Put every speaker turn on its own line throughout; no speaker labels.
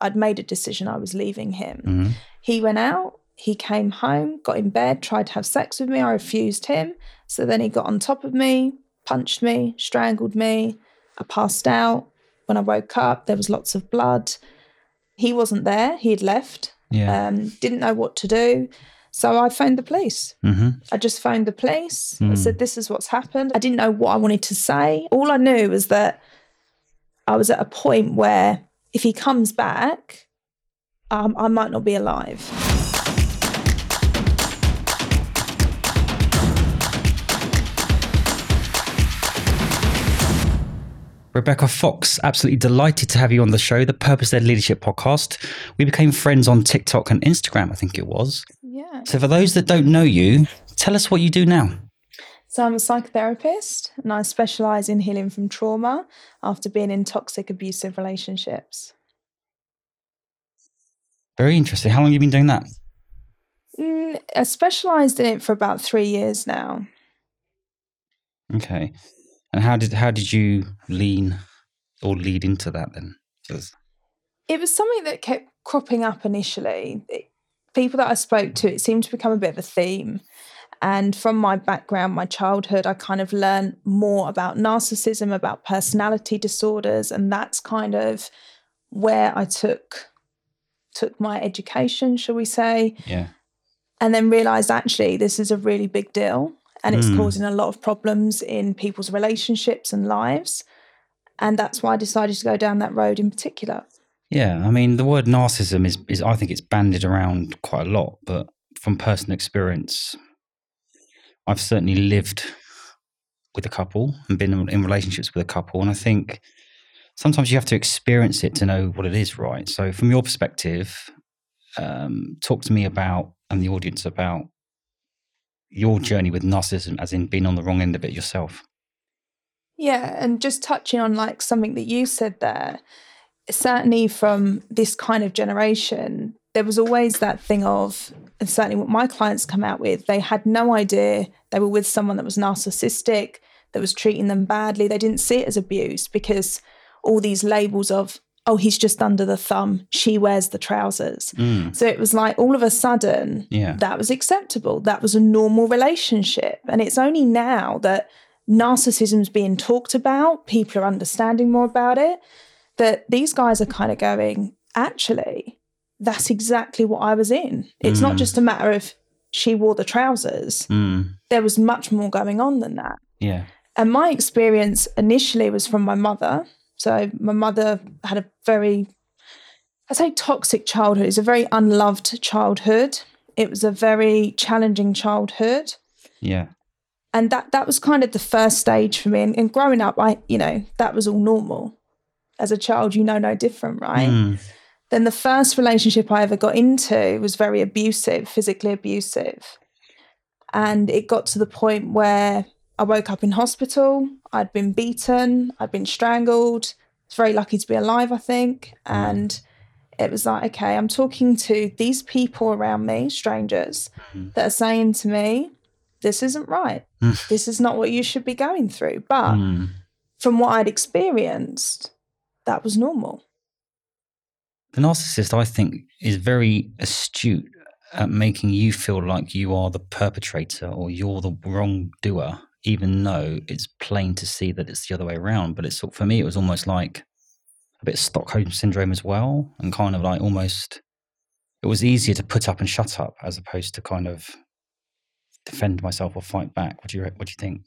I'd made a decision I was leaving him.
Mm.
He went out, he came home, got in bed, tried to have sex with me. I refused him. So then he got on top of me, punched me, strangled me. I passed out. When I woke up, there was lots of blood. He wasn't there, he had left,
Yeah.
um, didn't know what to do. So I phoned the police.
mm-hmm.
I just phoned the police. I
Mm.
said, This is what's happened. I didn't know what I wanted to say. All I knew was that I was at a point where if he comes back, um, I might not be alive.
Rebecca Fox, absolutely delighted to have you on the show, the Purpose Led Leadership podcast. We became friends on TikTok and Instagram, I think it was.
Yeah.
So, for those that don't know you, tell us what you do now.
So I'm a psychotherapist and I specialize in healing from trauma after being in toxic, abusive relationships.
Very interesting. How long have you been doing that?
Mm, I specialized in it for about three years now.
Okay. And how did how did you lean or lead into that then? 'Cause-
it was something that kept cropping up initially. It- people that I spoke to, it seemed to become a bit of a theme. And from my background, my childhood, I kind of learned more about narcissism, about personality disorders, and that's kind of where I took took my education, shall we say,
yeah.
and then realized actually this is a really big deal and it's
Mm.
causing a lot of problems in people's relationships and lives. And that's why I decided to go down that road in particular.
Yeah. I mean, the word narcissism is, is I think it's banded around quite a lot, but from personal experience, I've certainly lived with a couple and been in- in relationships with a couple. And I think sometimes you have to experience it to know what it is, right? So, from your perspective, um, talk to me about and the audience about your journey with narcissism, as in being on the wrong end of it yourself.
Yeah, and just touching on like something that you said there, certainly from this kind of generation, there was always that thing of, and certainly what my clients come out with, they had no idea they were with someone that was narcissistic, that was treating them badly. They didn't see it as abuse because all these labels of, oh, he's just under the thumb, she wears the trousers.
Mm,
So it was like all of a sudden,
yeah.
that was acceptable. That was a normal relationship. And it's only now that narcissism's being talked about, people are understanding more about it, that these guys are kind of going, actually, that's exactly what I was in. It's not
Mm.
just a matter of she wore the trousers,
Mm,
there was much more going on than that.
yeah.
And my experience initially was from my mother. So my mother had a very, I say toxic childhood. It was a very unloved childhood. It was a very challenging childhood.
Yeah.
And that that was kind of the first stage for me. And, and growing up, I, you know, that was all normal. As a child, you know no different, right?
Mm,
Then the first relationship I ever got into was very abusive, physically abusive. And it got to the point where I woke up in hospital, I'd been beaten, I'd been strangled. I was very lucky to be alive, I think. And it was like, okay, I'm talking to these people around me, strangers,
Mhm.
that are saying to me, this isn't right.
Mm.
this is not what you should be going through. But
mm.
from what I'd experienced, that was normal.
The narcissist, I think, is very astute at making you feel like you are the perpetrator or you're the wrongdoer, even though it's plain to see that it's the other way around. But it's sort for me, it was almost like a bit of Stockholm syndrome as well, and kind of like almost it was easier to put up and shut up as opposed to kind of defend myself or fight back. What do you re- what do you think?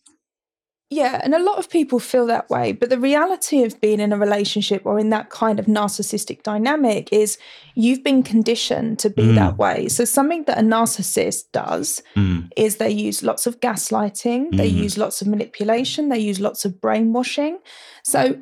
Yeah, and a lot of people feel that way. But the reality of being in a relationship or in that kind of narcissistic dynamic is you've been conditioned to be
Mm.
that way. So, something that a narcissist does
Mm,
is they use lots of gaslighting, they
Mhm.
use lots of manipulation, they use lots of brainwashing. So,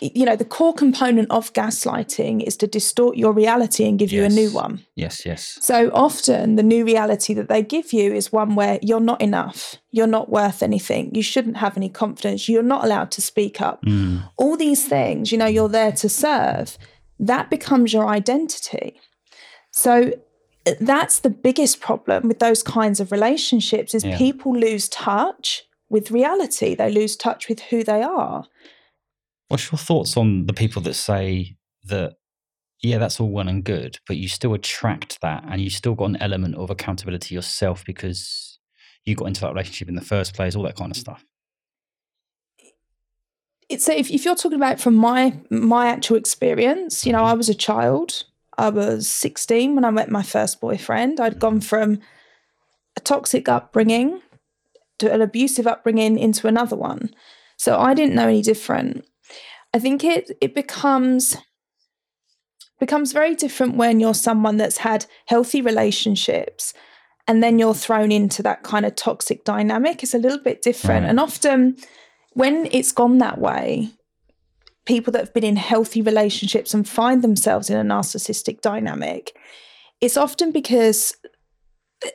you know, the core component of gaslighting is to distort your reality and give you a new
Yes.
one.
Yes, yes.
So often, the new reality that they give you is one where you're not enough, you're not worth anything, you shouldn't have any confidence, you're not allowed to speak up.
Mm,
All these things, you know, you're there to serve, that becomes your identity. So uh, that's the biggest problem with those kinds of relationships is
Yeah.
people lose touch with reality they lose touch with who they are
What's your thoughts on the people that say that yeah, that's all well and good, but you still attract that and you still got an element of accountability yourself because you got into that relationship in the first place, all that kind of stuff.
It's so if, if you're talking about from my my actual experience, you know, I was a child. I was 16 when I met my first boyfriend. I'd gone from a toxic upbringing to an abusive upbringing into another one. So I didn't know any different. I think it it becomes becomes very different when you're someone that's had healthy relationships and then you're thrown into that kind of toxic dynamic. It's a little bit different.
Right.
And often when it's gone that way, people that have been in healthy relationships and find themselves in a narcissistic dynamic, it's often because th-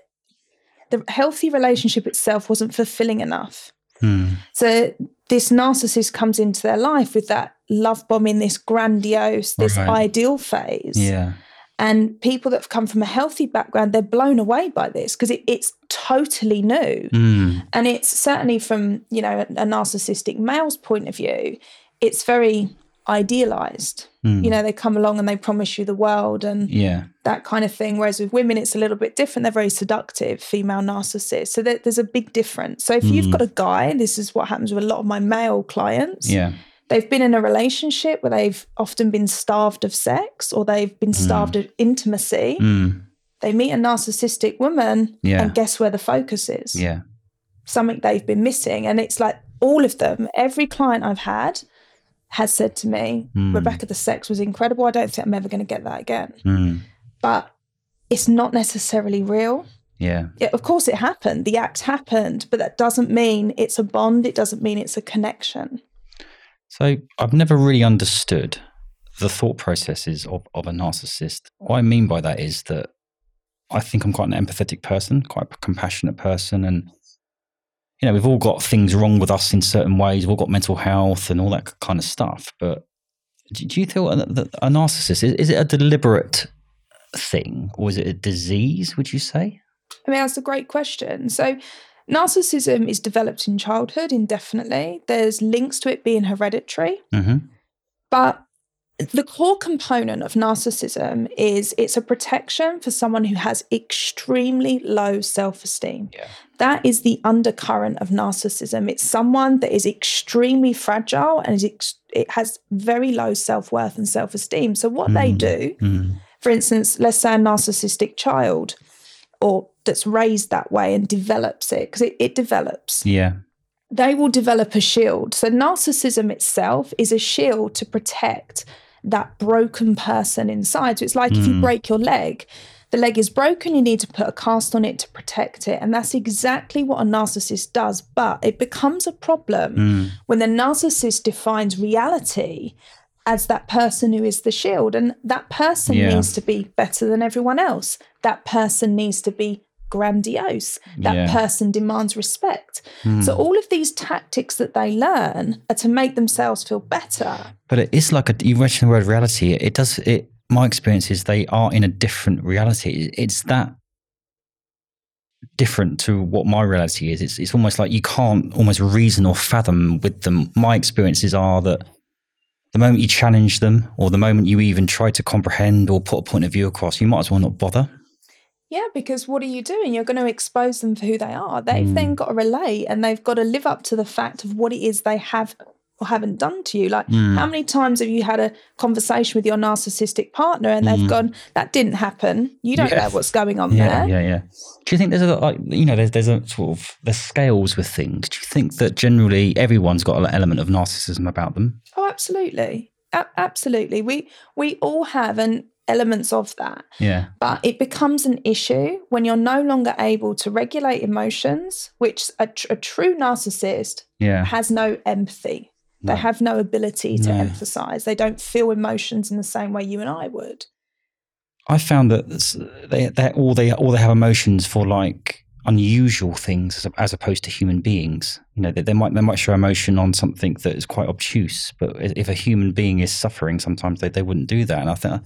the healthy relationship itself wasn't fulfilling enough.
Hmm.
So this narcissist comes into their life with that love bombing, this grandiose, this
Right.
ideal phase.
Yeah.
And people that have come from a healthy background, they're blown away by this because it, it's totally new.
Hmm.
And it's certainly from, you know, a, a narcissistic male's point of view, it's very idealized.
Hmm.
You know, they come along and they promise you the world and
Yeah.
that kind of thing. Whereas with women, it's a little bit different. They're very seductive, female narcissists. So there, there's a big difference. So if you've
Mm.
got a guy, this is what happens with a lot of my male clients.
Yeah.
They've been in a relationship where they've often been starved of sex or they've been starved of intimacy.
Hmm.
They meet a narcissistic woman,
Yeah.
and guess where the focus is?
Yeah.
Something they've been missing. And it's like all of them, every client I've had has said to me,
Mm.
Rebecca, the sex was incredible. I don't think I'm ever going to get that again
Hmm.
but it's not necessarily real.
Yeah.
Yeah, of course, it happened. The act happened, but that doesn't mean it's a bond. It doesn't mean it's a connection.
So I've never really understood the thought processes of, of a narcissist. What I mean by that is that I think I'm quite an empathetic person, quite a compassionate person. And, you know, we've all got things wrong with us in certain ways. We've all got mental health and all that kind of stuff. But do, do you feel that a narcissist, is, is it a deliberate thing or is it a disease, would you say?
I mean, that's a great question. So, narcissism is developed in childhood indefinitely. There's links to it being hereditary,
Mm-hmm.
but the core component of narcissism is it's a protection for someone who has extremely low self esteem.
Yeah.
That is the undercurrent of narcissism. It's someone that is extremely fragile and is ex- it has very low self worth and self esteem. So, what they
Mm.
do, for instance, let's say a narcissistic child or that's raised that way and develops it, because it, it develops
Yeah.
they will develop a shield. So, narcissism itself is a shield to protect that broken person inside. So, it's like if you
Mm.
break your leg, the leg is broken, you need to put a cast on it to protect it. And that's exactly what a narcissist does. But it becomes a problem
Mm.
when the narcissist defines reality as that person who is the shield. And that person
Yeah.
needs to be better than everyone else. That person needs to be grandiose. That
Yeah.
person demands respect.
Mm.
So all of these tactics that they learn are to make themselves feel better.
But it is like a you mentioned the word reality. It does it. My experience is they are in a different reality. It's that different to what my reality is. It's it's almost like you can't almost reason or fathom with them. My experiences are that the moment you challenge them, or the moment you even try to comprehend or put a point of view across, you might as well not bother.
Yeah, because what are you doing? You're going to expose them for who they are. They've
Mm.
then got to relate and they've got to live up to the fact of what it is they have or haven't done to you. Like,
Mm.
how many times have you had a conversation with your narcissistic partner and they've
Mm.
gone, that didn't happen? You don't
Yeah.
know what's going on
yeah,
there.
yeah, yeah. Do you think there's a like you know there's there's a sort of there's scales with things. Do you think that generally everyone's got an element of narcissism about them?
Oh, absolutely. A- absolutely. We, we all have an elements of that.
Yeah.
But it becomes an issue when you're no longer able to regulate emotions, which a, tr- a true narcissist
Yeah.
has no empathy.
No.
They have no ability to
No.
emphasize. They don't feel emotions in the same way you and I would.
I found that s- they they all they all they have emotions for like unusual things as, as opposed to human beings. You know, they, they might they might show emotion on something that is quite obtuse, but i- if a human being is suffering, sometimes they, they wouldn't do that. And I think.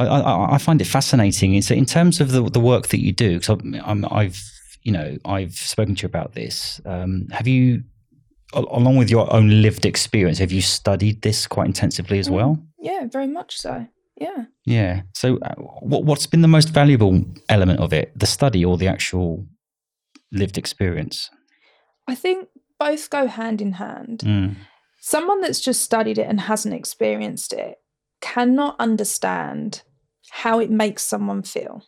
I, I, I- I find it fascinating. And So, in terms of the, the work that you do, because I'm, I've, you know, I've spoken to you about this. Um, have you, al- along with your own lived experience, have you studied this quite intensively as
Mm.
well?
Yeah, very much so. Yeah.
Yeah. So, uh, what what's been the most valuable element of it, the study or the actual lived experience?
I think both go hand in hand.
Mm.
Someone that's just studied it and hasn't experienced it cannot understand how it makes someone feel.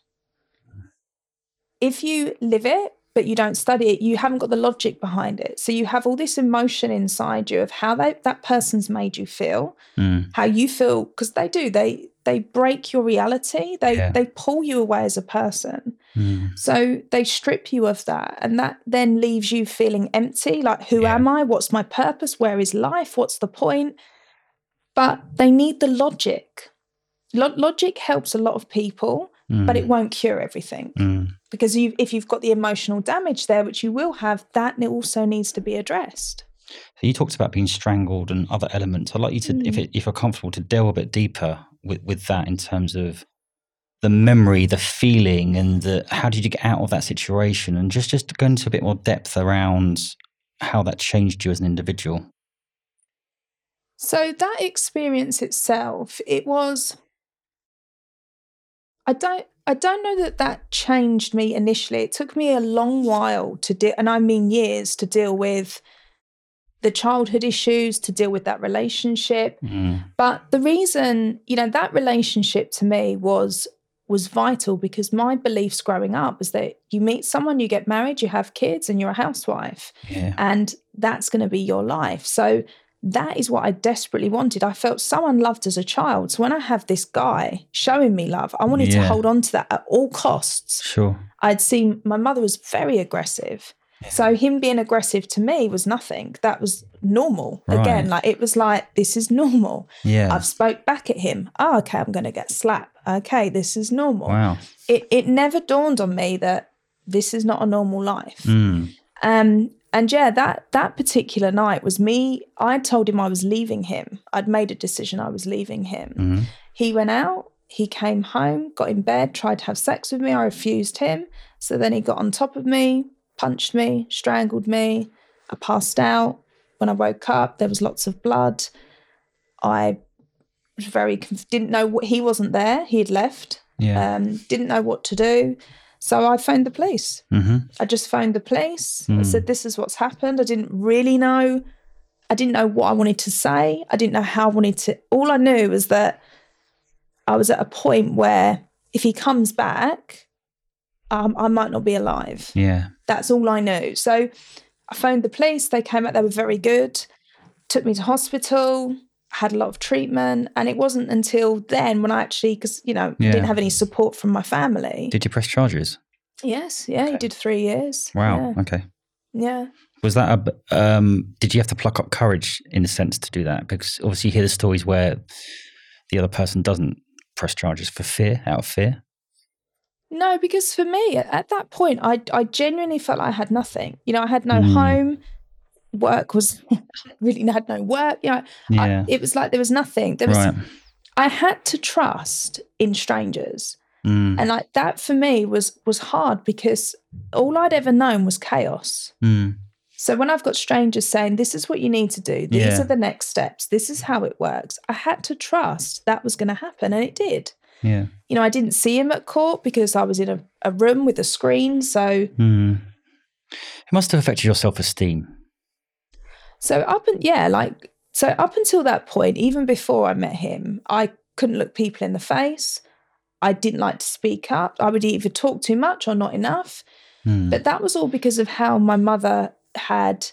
If you live it, but you don't study it, you haven't got the logic behind it. So you have all this emotion inside you of how they, that person's made you feel,
Mm.
how you feel, because they do. They they break your reality. They
Yeah.
they pull you away as a person.
Mm.
So they strip you of that, and that then leaves you feeling empty like, who
Yeah.
am I? What's my purpose? Where is life? What's the point? But they need the logic. Lo- logic helps a lot of people, but it won't cure everything
Mm.
because you if you've got the emotional damage there, which you will have, that it also needs to be addressed.
So you talked about being strangled and other elements. I'd like you to, if,
Mm.
it, if you're comfortable, to delve a bit deeper with, with that in terms of the memory, the feeling, and the how did you get out of that situation, and just just go into a bit more depth around how that changed you as an individual.
So that experience itself, it was. I don't. I don't know that that changed me initially. It took me a long while to deal, and I mean years, to deal with the childhood issues, to deal with that relationship.
Mm.
But the reason, you know, that relationship to me was was vital because my beliefs growing up was that you meet someone, you get married, you have kids, and you're a housewife.
Yeah.
and that's going to be your life. So that is what I desperately wanted. I felt so unloved as a child. So when I have this guy showing me love, I wanted to
Yeah.
hold on to that at all costs.
Sure.
I'd seen my mother was very aggressive. So him being aggressive to me was nothing. That was normal.
Right.
Again, like it was like this is normal.
Yeah.
I've spoke back at him. Oh, okay, I'm going to get slapped. Okay, this is normal.
wow.
It it never dawned on me that this is not a normal life.
Mm.
Um, and yeah, that that particular night was me. I told him I was leaving him. I'd made a decision. I was leaving him.
Mm.
He went out. He came home, got in bed, tried to have sex with me. I refused him. So then he got on top of me, punched me, strangled me. I passed out. When I woke up, there was lots of blood. I was very conf- didn't know what he wasn't there. He had left.
Yeah.
Um, didn't know what to do. So I phoned the police.
hmm
I just phoned the police. I
Mm.
said, This is what's happened. I didn't really know. I didn't know what I wanted to say. I didn't know how I wanted to. All I knew was that I was at a point where if he comes back, um, I might not be alive.
Yeah.
That's all I knew. So I phoned the police. They came out. They were very good. Took me to hospital. Had a lot of treatment. And it wasn't until then when I actually, because, you know,
Yeah.
didn't have any support from my family.
Did you press charges?
yes. Yeah.
Okay.
He did three years.
Wow. Okay.
Yeah. yeah.
Was that a? b- Um, did you have to pluck up courage in a sense to do that? Because obviously you hear the stories where the other person doesn't press charges for fear, out of fear.
No, because for me at- at that point, I I genuinely felt like I had nothing. You know, I had no
Mm.
home, work was really had no work. You know, I-
Yeah.
it was like there was nothing. There was
right.
I had to trust in strangers,
Mm.
and like that for me was was hard because all I'd ever known was chaos.
Mm.
So when I've got strangers saying this is what you need to do, these
Yeah.
are the next steps, this is how it works, I had to trust that was going to happen, and it did.
Yeah.
You know, I didn't see him at court because I was in a, a room with a screen, so.
Mm. It must have affected your self-esteem.
So up and yeah, like so up until that point, even before I met him, I couldn't look people in the face. I didn't like to speak up. I would either talk too much or not enough.
Mm.
But that was all because of how my mother had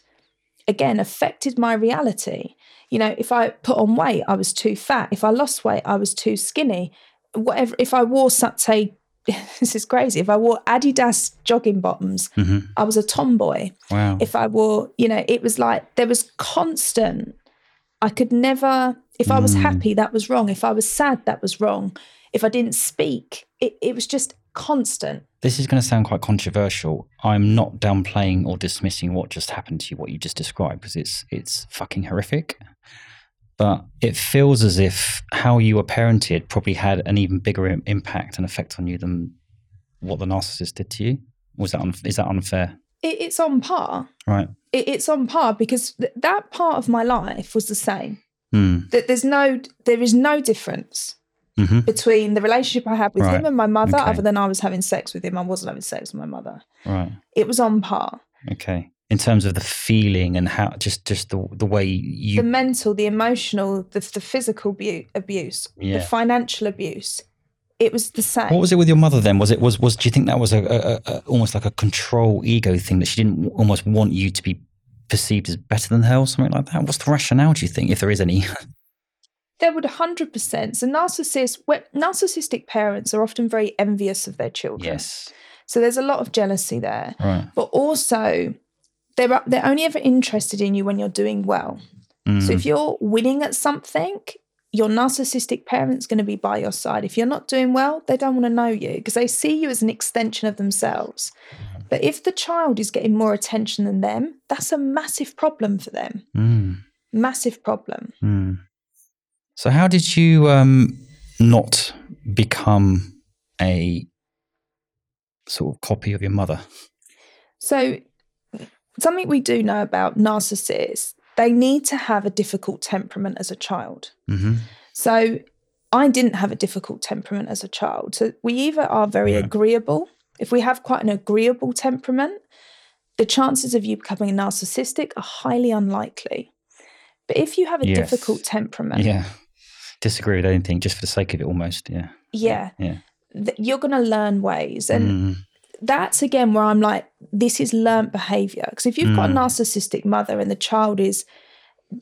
again affected my reality. You know, if I put on weight, I was too fat. If I lost weight, I was too skinny. Whatever if I wore such say this is crazy. If I wore Adidas jogging bottoms,
hmm
I was a tomboy
Wow.
if I wore, you know, it was like there was constant. I could never, if I was
Mm.
happy, that was wrong. If I was sad, that was wrong. If I didn't speak, it, it was just constant.
this is going to sound quite controversial. I'm not downplaying or dismissing what just happened to you, what you just described, because it's it's fucking horrific. But it feels as if how you were parented probably had an even bigger im- impact and effect on you than what the narcissist did to you. Was that unf is that unfair?
It, it's on par.
Right.
It, it's on par because th- that part of my life was the same.
Hmm.
That there's no, there is no difference.
hmm
between the relationship I had with
Right.
him and my mother,
Okay.
other than I was having sex with him, I wasn't having sex with my mother.
Right.
It was on par.
Okay. In terms of the feeling and how, just just the the way you.
the mental, the emotional, the, the physical bu- abuse,
Yeah.
the financial abuse. It was the same.
what was it with your mother then? Was it was was? Do you think that was a, a, a almost like a control ego thing that she didn't w- almost want you to be perceived as better than her or something like that? What's the rationale? Do you think, if there is any?
There would 100%. So narcissists, when- narcissistic parents are often very envious of their children.
yes.
So there's a lot of jealousy there.
Right.
But also, they're, up- they're only ever interested in you when you're doing well. So
Mm.
if you're winning at something, your narcissistic parent's going to be by your side. If you're not doing well, they don't want to know you because they see you as an extension of themselves. But if the child is getting more attention than them, that's a massive problem for them.
Mm.
Massive problem.
Mm. So how did you um, not become a sort of copy of your mother?
So, something we do know about narcissists, they need to have a difficult temperament as a child.
Mm-hmm.
So, I didn't have a difficult temperament as a child. So, we either are very
Right.
agreeable, if we have quite an agreeable temperament, the chances of you becoming narcissistic are highly unlikely. But if you have a
Yes.
difficult temperament,
Yeah. Disagree with anything just for the sake of it, almost. Yeah.
yeah,
Yeah.
th- you're going to learn ways. And
Mm.
that's again where I'm like, this is learnt behavior. Because if you've got a
Mm.
narcissistic mother and the child is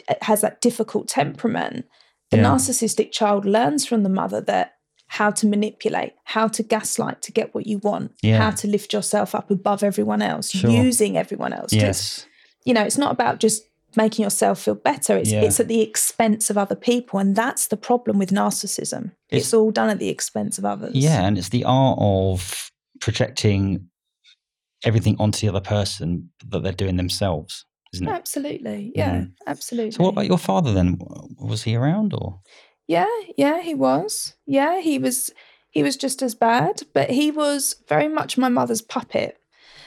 uh, has that difficult temperament, the
Yeah.
narcissistic child learns from the mother that how to manipulate, how to gaslight to get what you want,
Yeah.
how to lift yourself up above everyone else,
Sure.
using everyone else. Just-
Yes.
you know, it's not about just making yourself feel better. It's
Yeah.
it's at the expense of other people. And that's the problem with narcissism. It's,
It's-
all done at the expense of others.
Yeah, and it's the art of projecting everything onto the other person that they're doing themselves, isn't it?
Absolutely. Yeah. Absolutely.
Mm-hmm. So, what about your father then? Was he around or?
Yeah, yeah, he was. Yeah, he was he was just as bad, but he was very much my mother's puppet.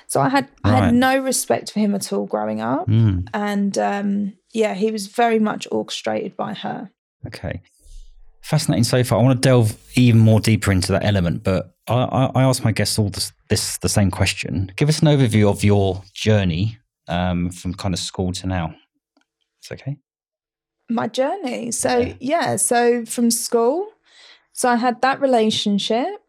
So I had I
Right.
had no respect for him at all growing up.
Mm,
And um yeah, he was very much orchestrated by her.
okay, fascinating so far. I want to delve even more deeper into that element, but I, I, I ask my guests all this, this the same question. Give us an overview of your journey um, from kind of school to now. It's okay.
My journey. So
Yeah.
yeah, so from school, so I had that relationship.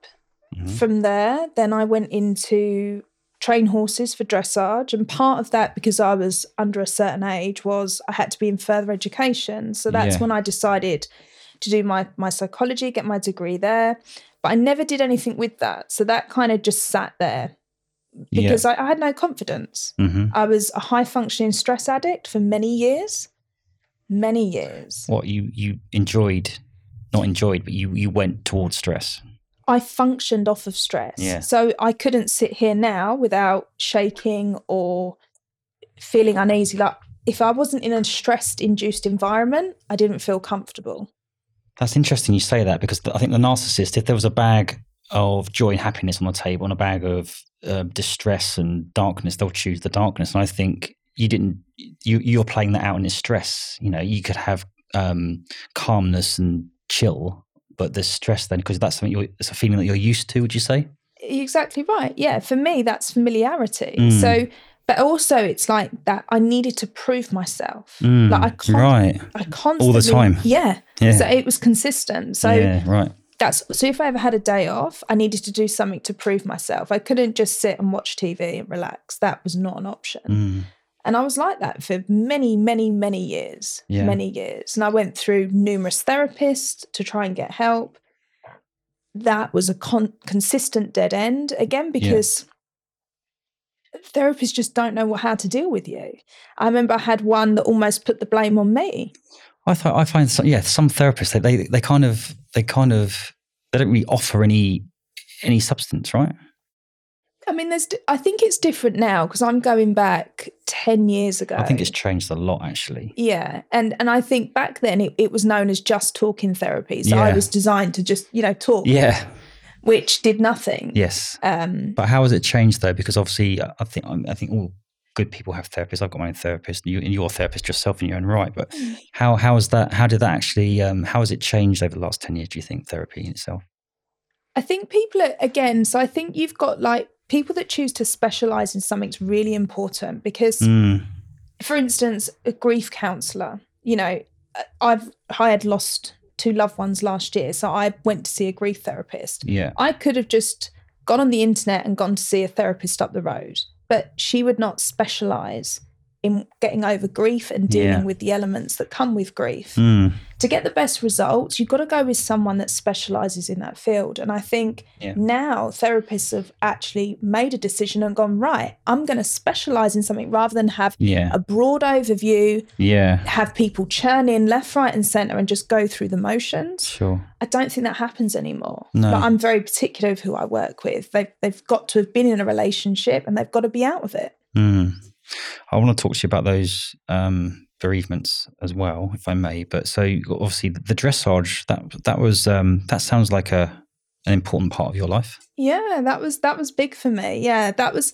Mhm.
From there, then I went into train horses for dressage. And part of that, because I was under a certain age, was I had to be in further education. So that's
Yeah.
when I decided to do my, my psychology, get my degree there. But I never did anything with that. So that kind of just sat there because I, I had no confidence.
yeah. hmm
I was a high functioning stress addict for many years. Many years.
What you you enjoyed, not enjoyed, but you you went towards stress.
I functioned off of stress.
Yeah.
So I couldn't sit here now without shaking or feeling uneasy. Like if I wasn't in a stressed induced environment, I didn't feel comfortable.
That's interesting you say that because th- I think the narcissist, if there was a bag of joy and happiness on the table and a bag of uh, distress and darkness, they'll choose the darkness. And I think you didn't, you, you're playing that out in this stress. You know, you could have um, calmness and chill, but the stress then, because that's something you're, it's a feeling that you're used to, would you say?
You're exactly right. Yeah. For me, that's familiarity.
Mm.
So, but also it's like that I needed to prove myself. like I can't.
Mm. right.
I constantly,
All the time.
Yeah.
Yeah.
So it was consistent. So
yeah, right.
that's so if I ever had a day off, I needed to do something to prove myself. I couldn't just sit and watch TV and relax. That was not an option.
Mm.
And I was like that for many, many, many years,
Yeah.
many years. And I went through numerous therapists to try and get help. That was a con- consistent dead end again because therapists just don't know what- how to deal with you. I remember I had one that almost put the blame on me.
I th- I find some, yeah some therapists they, they they kind of they kind of they don't really offer any any substance right
I mean, there's. I think it's different now because I'm going back ten years ago.
I think it's changed a lot actually
Yeah, and and I think back then it, it was known as just talking therapy. So I
Yeah.
was designed to just you know talk,
yeah
which did nothing.
yes
Um,
but how has it changed though because obviously um, I I think I think all good people have therapists. I've got my own therapist, and, you, and you're a therapist yourself in your own right. But how how is that? How did that actually? Um, how has it changed over the last ten years? Do you think therapy in itself?
I think people are, again, so I think you've got like people that choose to specialize in something's really important because,
Mm,
for instance, a grief counselor, you know, I- I've I had lost two loved ones last year, so I went to see a grief therapist.
yeah,
I could have just gone on the internet and gone to see a therapist up the road, but she would not specialize in getting over grief and dealing
Yeah.
with the elements that come with grief.
mm,
To get the best results, you've got to go with someone that specializes in that field. And I think
Yeah.
now therapists have actually made a decision and gone, right, I'm going to specialize in something rather than have
yeah,
a broad overview,
yeah.
have people churn in left, right, and center and just go through the motions.
Sure.
I don't think that happens anymore.
No.
But I'm very particular of who I work with. They've, they've got to have been in a relationship and they've got to be out of it.
Mm. I want to talk to you about those um, bereavements as well, if I may. But so obviously the dressage that that was um, that sounds like a an important part of your life.
Yeah, that was that was big for me. Yeah, that was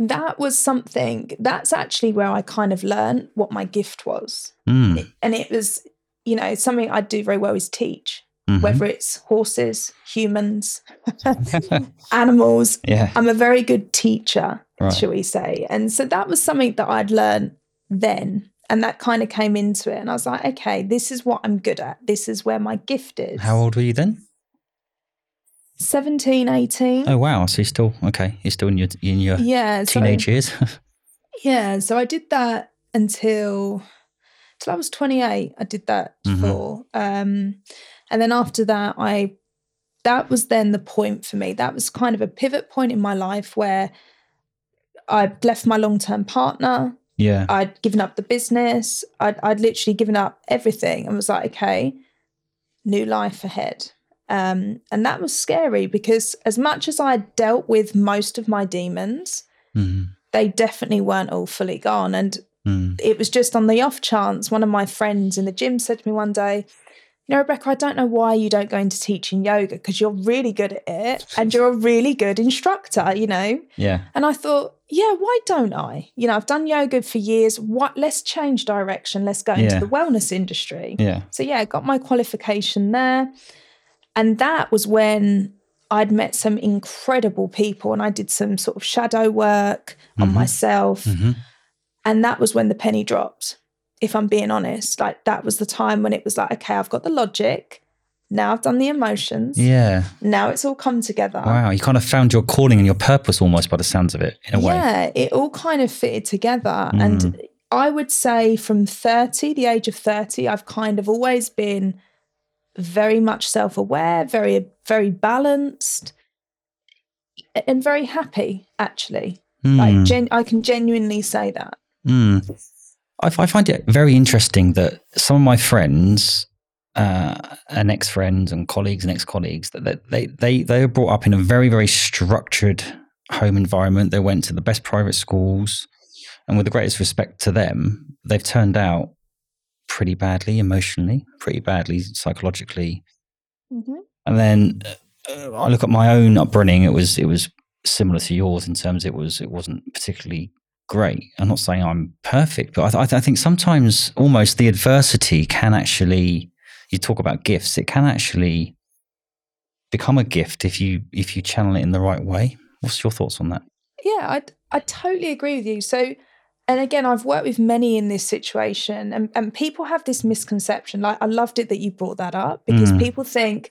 that was something. That's actually where I kind of learned what my gift was.
Mm.
And it was, you know, something I do very well is teach,
mhm.
whether it's horses, humans, animals.
Mm-hmm. yeah.
I'm a very good teacher,
Right.
shall we say. And so that was something that I'd learned then. And that kind of came into it. And I was like, okay, this is what I'm good at. This is where my gift is.
How old were you then?
17, 18.
Oh wow! So you're still okay. You're still in your in your
yeah. so-
teenage years.
yeah. So I did that until till I was 28. I did that
Mhm.
for. Um, and then after that, I that was then the point for me. That was kind of a pivot point in my life where I left my long term partner.
yeah.
I'd given up the business. I'd, I'd literally given up everything and was like, okay, new life ahead. Um, and that was scary because as much as I dealt with most of my demons,
Mm.
they definitely weren't all fully gone. And
Mm.
it was just on the off chance, one of my friends in the gym said to me one day, you know, Rebecca, I don't know why you don't go into teaching yoga because you're really good at it and you're a really good instructor, you know?
Yeah.
And I thought, yeah, why don't I? You know, I've done yoga for years. What? Let's change direction. Let's go into
Yeah.
the wellness industry.
Yeah.
So yeah, I got my qualification there, and that was when I'd met some incredible people, and I did some sort of shadow work on
Mhm.
myself,
Mhm.
and that was when the penny dropped. If I'm being honest, like that was the time when it was like, okay, I've got the logic. Now I've done the emotions.
Yeah.
Now it's all come together.
Wow. You kind of found your calling and your purpose almost by the sounds of it, in a way. Mm.
Yeah, it all kind of fitted together. And I would say from 30, the age of 30, I've kind of always been very much self aware, very, very balanced, and very happy, actually. Like,
Mm.
gen- I can genuinely say that.
Mm. I, f- I find it very interesting that some of my friends, uh, and ex friends and colleagues and ex colleagues, that that they, they, they were brought up in a very, very structured home environment. They went to the best private schools. And with the greatest respect to them, they've turned out pretty badly emotionally, pretty badly psychologically. And then uh, I look at my own upbringing. It was it was similar to yours in terms it was it wasn't particularly great. I'm not saying I'm perfect, but I, th- I, th- I think sometimes almost the adversity can actually you talk about gifts. It can actually become a gift if you if you channel it in the right way. What's your thoughts on that?
Yeah, I, I totally agree with you. So, and again, I've worked with many in this situation, and, and people have this misconception. Like, I loved it that you brought that up because
Mm.
people think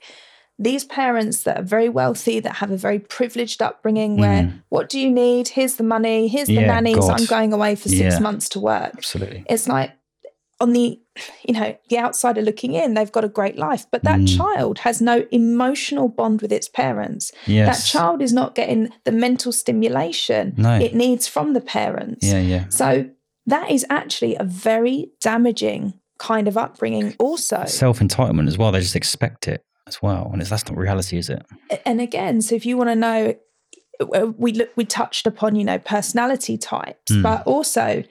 these parents that are very wealthy, that have a very privileged upbringing, where
Mm.
what do you need? Here's the money, here's the
Yeah,
nannies,
God.
I'm going away for six
Yeah.
months to work.
Absolutely.
It's like, on the you know the outsider looking in they've got a great life but that
Mm.
child has no emotional bond with its parents that
Yes.
child is not getting the mental stimulation
No.
it needs from the parents.
yeah. Yeah.
So that is actually a very damaging kind of upbringing, also.
Self entitlement as well. They just expect it as well, and it's, that's not reality, is it?
and again, so if you want to know, uh, we look, we touched upon you know personality types,
Mm.
but also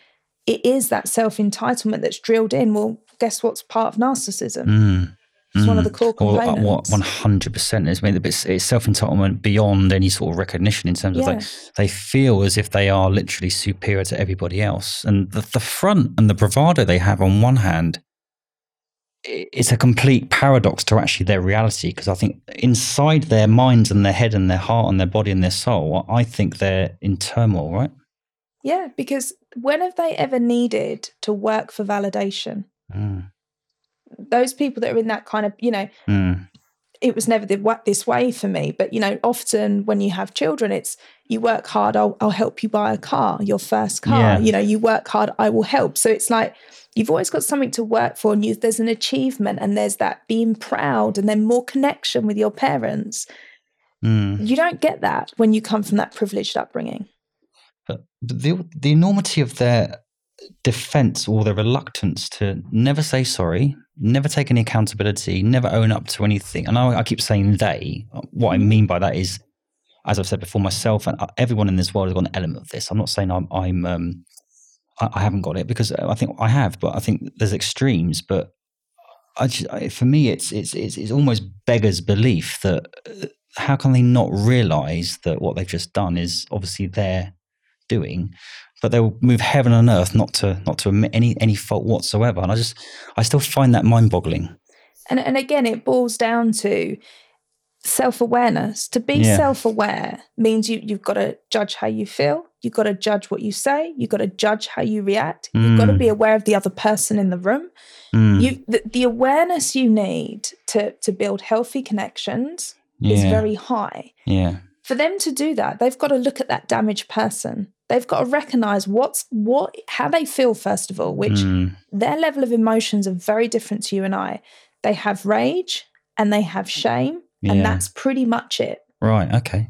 it is that self entitlement that's drilled in. Well, guess what's part of narcissism?
Mm.
It's one of the core
Or uh,
components.
what one hundred percent is. I mean, it's, it's self entitlement beyond any sort of recognition in terms of like
Yeah.
they feel as if they are literally superior to everybody else, and the, the front and the bravado they have on one hand, i- it's a complete paradox to actually their reality. Because I think inside their minds and their head and their heart and their body and their soul, I think they're in turmoil. Right?
Yeah, because when have they ever needed to work for validation?
Mm.
Those people that are in that kind of, you know,
Mm.
it was never the, wa- this way for me. But, you know, often when you have children, it's you work hard, I'll, I'll help you buy a car, your first car.
Yeah.
You know, you work hard, I will help. So it's like you've always got something to work for, and you, there's an achievement, and there's that being proud, and then more connection with your parents.
Mm.
You don't get that when you come from that privileged upbringing.
But the the enormity of their defense or their reluctance to never say sorry, never take any accountability, never own up to anything. And I, I keep saying they. What I mean by that is, as I've said before, myself and uh, everyone in this world has got an element of this. I'm not saying I'm, I'm um, I, I haven't got it because uh, I think I have, but I think there's extremes. But I just, I, for me, it's, it's it's it's almost beggars belief that. uh, How can they not realize that what they've just done is obviously their doing, but they'll move heaven and earth not to not to admit any any fault whatsoever. And I just I still find that mind boggling.
And and again, it boils down to self-awareness. To be
Yeah.
self-aware means you you've got to judge how you feel, you've got to judge what you say, you've got to judge how you react, you've got to
Mm.
be aware of the other person in the room.
Mm,
You the, the awareness you need to to build healthy connections
yeah,
is very high.
yeah,
For them to do that, they've got to look at that damaged person. They've got to recognize what's what how they feel first of all, which
mm,
their level of emotions are very different to you and I. They have rage and they have shame,
Yeah.
and that's pretty much it.
right, okay,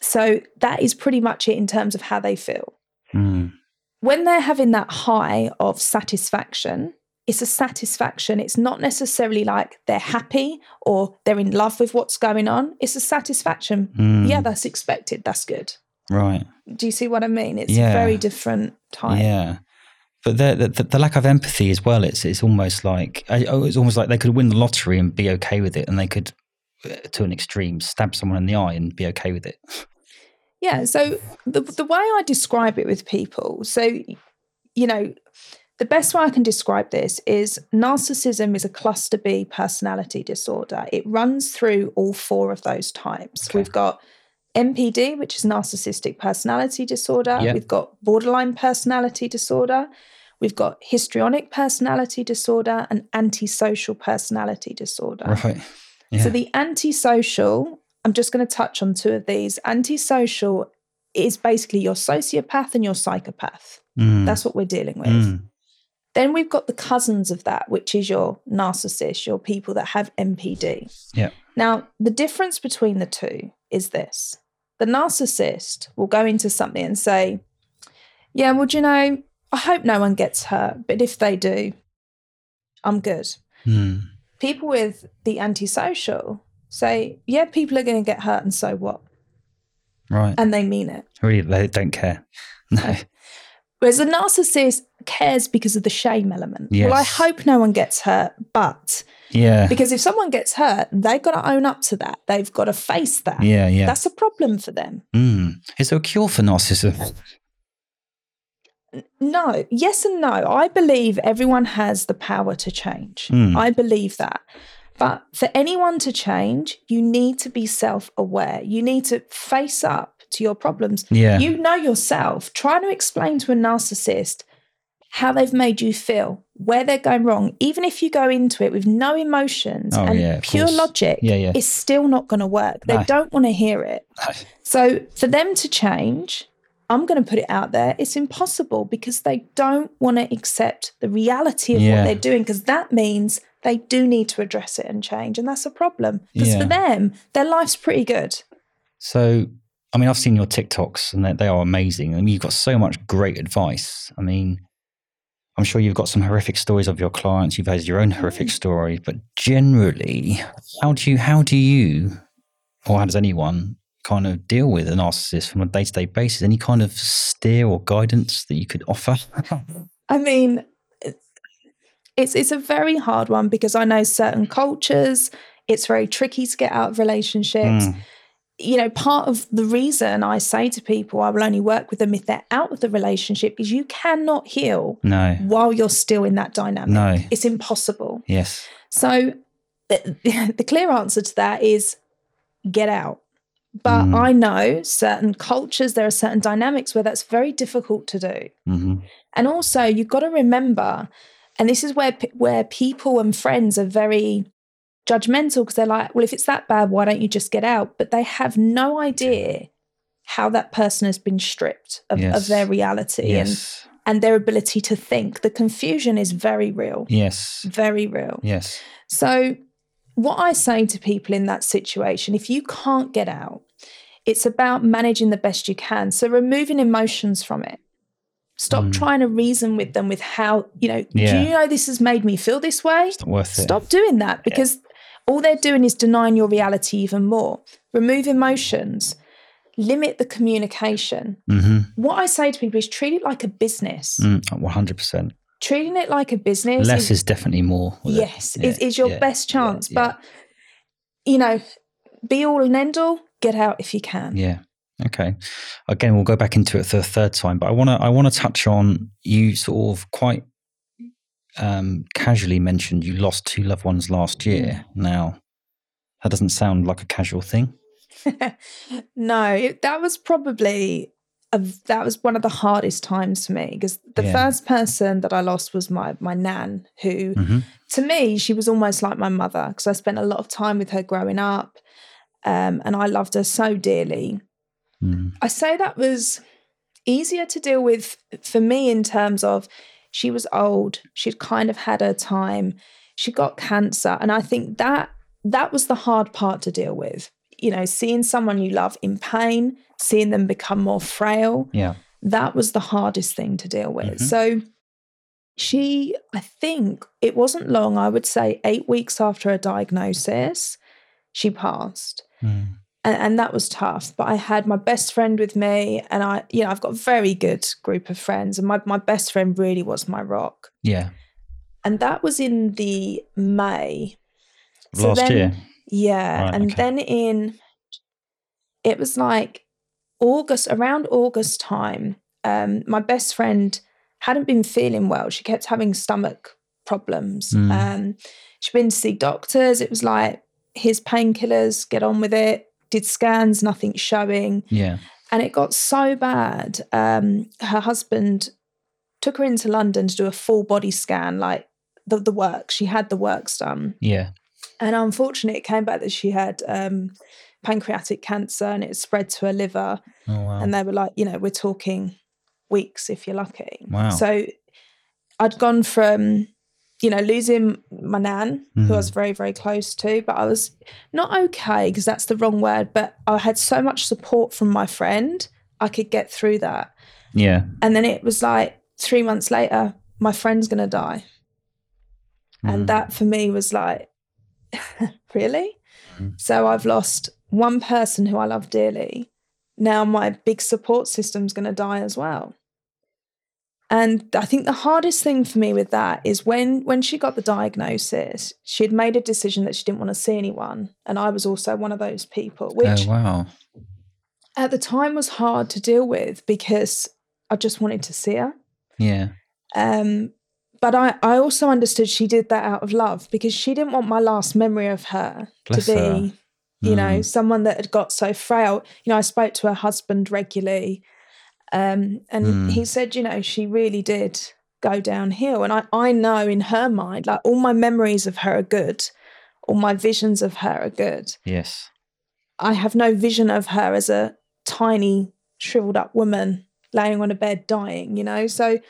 So, that is pretty much it in terms of how they feel.
mm,
When they're having that high of satisfaction, it's a satisfaction. It's not necessarily like they're happy or they're in love with what's going on. It's a satisfaction.
mm,
Yeah, that's expected. That's good.
right,
Do you see what I mean? It's
Yeah.
a very different type.
yeah. But the, the the lack of empathy as well. It's it's almost like I- oh, it's almost like they could win the lottery and be okay with it, and they could, uh, to an extreme, stab someone in the eye and be okay with it.
Yeah. So the the way I describe it with people, so you know, the best way I can describe this is narcissism is a cluster B personality disorder. It runs through all four of those types.
Okay.
We've got NPD, which is narcissistic personality disorder.
Yeah.
We've got borderline personality disorder. We've got histrionic personality disorder and antisocial personality disorder.
Right. Yeah.
So the antisocial, I'm just going to touch on two of these. Antisocial is basically your sociopath and your psychopath.
Mm,
That's what we're dealing with.
mm,
Then we've got the cousins of that, which is your narcissist, your people that have MPD.
Yeah.
Now, the difference between the two is this the narcissist will go into something and say, Yeah, well, do you know, I hope no one gets hurt, but if they do, I'm good
mm,
people with the antisocial say, yeah, people are going to get hurt and so what?
right.
And they mean it.
Really, they don't care. No.
Whereas the narcissist cares because of the shame element. Well, I
Yes.
hope no one gets hurt, but
Yeah.
because if someone gets hurt, they've got to own up to that. They've got to face that.
Yeah. Yeah.
That's a problem for them.
Mm. Is there a cure for narcissism?
No, yes and no. I believe everyone has the power to change.
Mm.
I believe that. But for anyone to change, you need to be self aware. You need to face up to your problems.
Yeah.
You know yourself. Trying to explain to a narcissist how they've made you feel, where they're going wrong, even if you go into it with no emotions
Oh,
and
yeah, of
pure
course.
logic,
Yeah, yeah.
it's still not going to work. They
No.
don't want to hear it. So for them to change, I'm going to put it out there, it's impossible because they don't want to accept the reality of
Yeah.
what they're doing because that means they do need to address it and change. And that's a problem because
Yeah.
for them, their life's pretty good.
so, I mean, I've seen your TikToks and they, they are amazing. I mean, you've got so much great advice. I mean, I'm sure you've got some horrific stories of your clients. You've had your own horrific story, but generally, how do you, how do you, or how does anyone kind of deal with a narcissist from a day to day basis? Any kind of steer or guidance that you could offer?
I mean, it- It's it's a very hard one because I know certain cultures, it's very tricky to get out of relationships.
Mm,
You know, part of the reason I say to people I will only work with them if they're out of the relationship is you cannot heal
no.
while you're still in that dynamic.
No.
It's impossible.
Yes.
So the, the clear answer to that is get out. But
Mm.
I know certain cultures, there are certain dynamics where that's very difficult to do.
hmm
And also, you've got to remember, and this is where p- where people and friends are very judgmental because they're like, well, if it's that bad, why don't you just get out? But they have no idea how that person has been stripped of,
Yes.
of their reality
Yes.
and, and their ability to think. The confusion is very real,
Yes.
very real.
Yes.
So, what I say to people in that situation, if you can't get out, it's about managing the best you can. So, removing emotions from it. Stop
Mm.
trying to reason with them with how, you know,
Yeah.
do you know this has made me feel this way?
It's not worth it.
Stop doing that because all they're doing is denying your reality even more. Remove emotions, limit the communication.
Mm-hmm.
What I say to people is treat it like a business.
Mm, 100%.
Treating it like a business
Less
is
is definitely more. with it.
Yes,
Yeah,
is, is your
yeah,
best
yeah,
chance.
yeah.
But, you know, be all and end all, get out if you can.
Yeah. Okay. Again, we'll go back into it for the third time, but I want to I want to touch on you sort of quite um, casually mentioned you lost two loved ones last year.
Mm.
Now, that doesn't sound like a casual thing.
no, it, that was probably, a, that was one of the hardest times for me because the
Yeah.
first person that I lost was my, my nan, who
Mm-hmm.
to me, she was almost like my mother because I spent a lot of time with her growing up um, and I loved her so dearly.
Mm.
I say that was easier to deal with for me in terms of she was old, she'd kind of had her time, she got cancer, and I think that that was the hard part to deal with. You know, seeing someone you love in pain, seeing them become more frail,
Yeah.
that was the hardest thing to deal with.
Mhm.
So she, I think it wasn't long, I would say 8 weeks after her diagnosis, she passed
Mm.
and, and that was tough. But I had my best friend with me, and I, you know, I've got a very good group of friends, and my, my best friend really was my rock.
Yeah.
And that was in the May. So
last
then-
year.
Yeah.
Right,
and
okay.
then in, it was like August, around August time, um, my best friend hadn't been feeling well. She kept having stomach problems.
Mm.
Um, she'd been to see doctors. It was like, here's painkillers, get on with it. Did scans, nothing showing.
Yeah.
And it got so bad. Um, her husband took her into London to do a full body scan, like the, the work. She had the works done.
Yeah.
And unfortunately, it came back that she had um, pancreatic cancer and it spread to her liver.
Oh wow.
And they were like, you know, we're talking weeks if you're lucky.
Wow.
So I'd gone from, you know, losing my nan, who I was
Mm-hmm.
very, very close to, but I was not okay because that's the wrong word, but I had so much support from my friend, I could get through that.
yeah.
And then it was like three months later, my friend's going to die.
Mm.
And that for me was like, really?
Mhm.
So I've lost one person who I love dearly. Now my big support system's going to die as well. And I think the hardest thing for me with that is when when she got the diagnosis, she had made a decision that she didn't want to see anyone, and I was also one of those people, which
oh wow.
at the time was hard to deal with because I just wanted to see her.
Yeah.
Um, but I, I also understood she did that out of love because she didn't want my last memory of her
Bless
to be,
her.
you know,
Mm.
someone that had got so frail. You know, I spoke to her husband regularly, um, and
Mm.
he said, you know, she really did go downhill. And I, I know in her mind, like all my memories of her are good, all my visions of her are good.
Yes.
I have no vision of her as a tiny, shriveled up woman laying on a bed dying, you know? So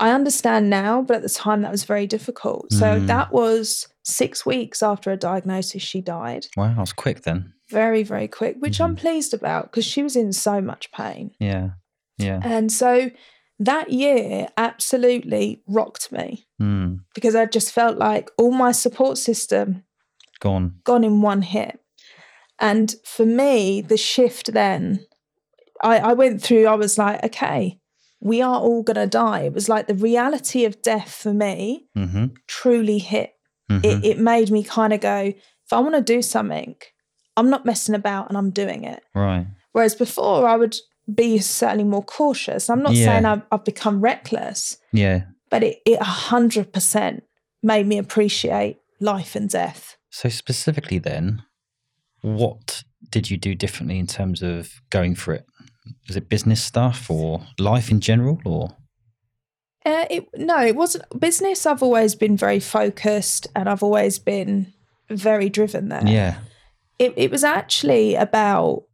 I understand now, but at the time that was very difficult. So
Mm.
that was six weeks after a diagnosis, she died
Wow. It's quick then.
very, very quick, which I'm pleased about because she was in so much pain.
Yeah. Yeah.
And so that year absolutely rocked me
Mm.
because I just felt like all my support system
Gone.
gone in one hit. And for me, the shift then, I, I went through, I was like, okay, we are all going to die. It was like the reality of death for me
hmm
truly hit.
Mm-hmm.
It, it made me kind of go, if I want to do something, I'm not messing about and I'm doing it.
Right.
Whereas before, I would be certainly more cautious. I'm not
Yeah.
saying I've, I've become reckless,
Yeah.
but it, it 100% made me appreciate life and death.
So specifically, then, what did you do differently in terms of going for it? Was it business stuff or life in general, or
Uh, it, no, it wasn't business. I've always been very focused and I've always been very driven there.
yeah,
It, it was actually about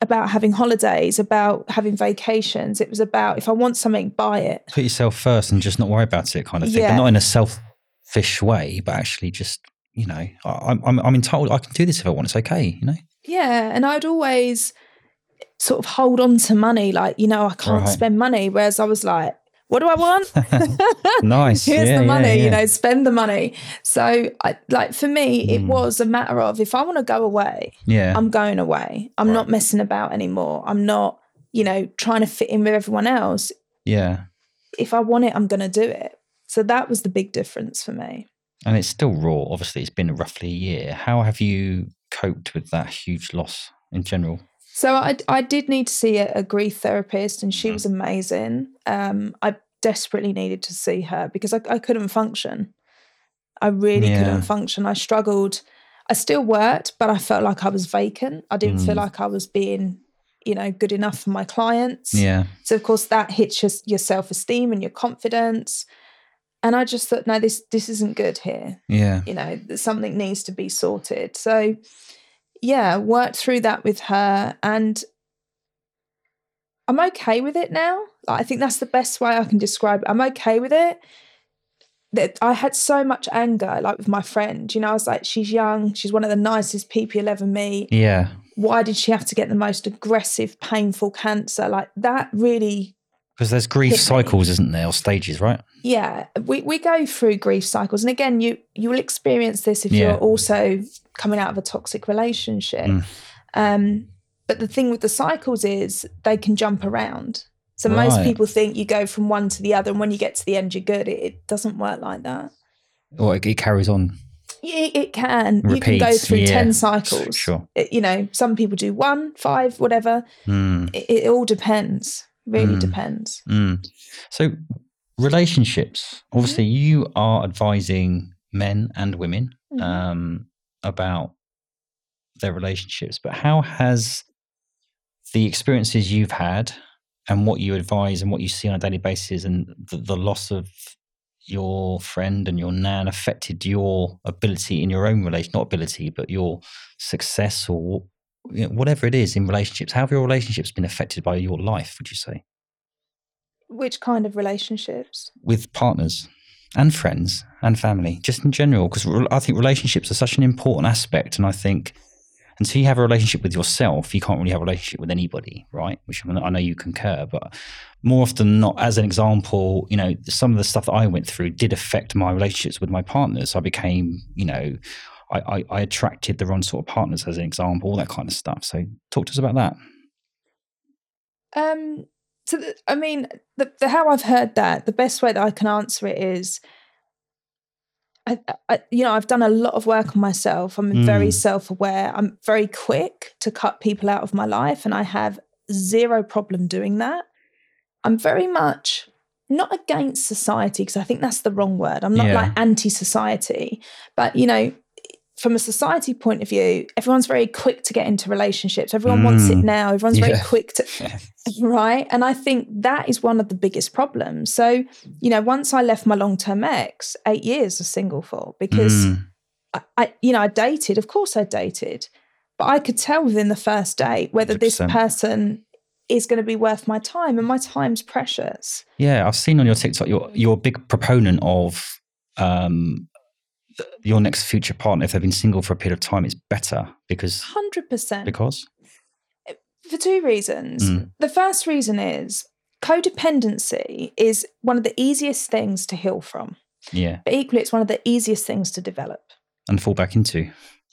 about having holidays, about having vacations. It was about if I want something, buy it.
put yourself first and just not worry about it, kind of thing,
Yeah.
but not in a selfish way, but actually just you know, I, I'm I'm I'm entitled. I can do this if I want. It's okay, you know.
Yeah, and I'd always sort of hold on to money, like you know I can't
Right.
spend money. Whereas I was like, what do I want?
nice.
here's
Yeah,
the
yeah,
money
yeah.
you know spend the money so I, like for me it
Mm.
was a matter of if i want to go away
Yeah.
i'm going away i'm
Right.
not messing about anymore i'm not you know trying to fit in with everyone else
yeah.
if i want it i'm going to do it so that was the big difference for me
And it's still raw. Obviously, it's been roughly a year. How have you coped with that huge loss in general?
so i, I did need to see a, a grief therapist and she
Mhm.
was amazing um, i desperately needed to see her because i, I couldn't function i really
Yeah.
couldn't function i struggled i still worked but i felt like i was vacant i didn't feel
Mm.
like i was being you know good enough for my clients
Yeah.
so of course that hits your, your self-esteem and your confidence and i just thought no this this isn't good here
Yeah.
you know that something needs to be sorted so yeah worked through that with her and i'm okay with it now like, i think that's the best way i can describe it i'm okay with it that i had so much anger like with my friend you know i was like she's young she's one of the nicest people you'll ever meet
Yeah.
why did she have to get the most aggressive painful cancer like that really
Because there's grief
Hit me.
cycles, isn't there, or stages, right?
yeah we, we go through grief cycles and again you you will experience this if
Yeah.
you're also coming out of a toxic relationship
Mm.
um but the thing with the cycles is they can jump around so most
Right.
people think you go from one to the other and when you get to the end you're good it, it doesn't work like that
Or it, it carries on.
Yeah, it can you can go
Repeats,
through
yeah.
10 cycles
Sure.
It- you know some people do one five whatever
Mm,
it, it all depends really
Mm.
depends
mm. So, relationships. Obviously, you are advising men and women
Mhm.
um, about their relationships, but how has the experiences you've had and what you advise and what you see on a daily basis and the, the loss of your friend and your nan affected your ability in your own relation, not ability, but your success or you know, whatever it is in relationships? How have your relationships been affected by your life, would you say?
which kind of relationships
with partners and friends and family, just in general, because I think relationships are such an important aspect. And I think until you have a relationship with yourself, you can't really have a relationship with anybody, right? Which I know you concur, but more often than not, as an example, you know, some of the stuff that I went through did affect my relationships with my partners. I became, you know, I, I, I attracted the wrong sort of partners, as an example, all that kind of stuff. So, talk to us about that.
Um, so the, I mean, the, the how I've heard that the best way that I can answer it is, I, I you know I've done a lot of work on myself. I'm very
Mm.
self aware. I'm very quick to cut people out of my life, and I have zero problem doing that. I'm very much not against society because I think that's the wrong word. I'm not
Yeah.
like anti society, but you know. From a society point of view, everyone's very quick to get into relationships. Everyone wants it
Mm.
now. Everyone's very
Yeah.
quick to Right. And I think that is one of the biggest problems. So, you know, once I left my long term ex, eight years was single for because
Mm,
I, I, you know, I dated, of course I dated, but I could tell within the first date whether this
100%.
person is going to be worth my time and my time's precious.
Yeah, I've seen on your TikTok you're you're a big proponent of um, th- your next future partner. If they've been single for a period of time, it's better because
100%.
because
for two reasons.
Mm.
The first reason is codependency is one of the easiest things to heal from,
yeah,
but equally, it's one of the easiest things to develop.
and fall back into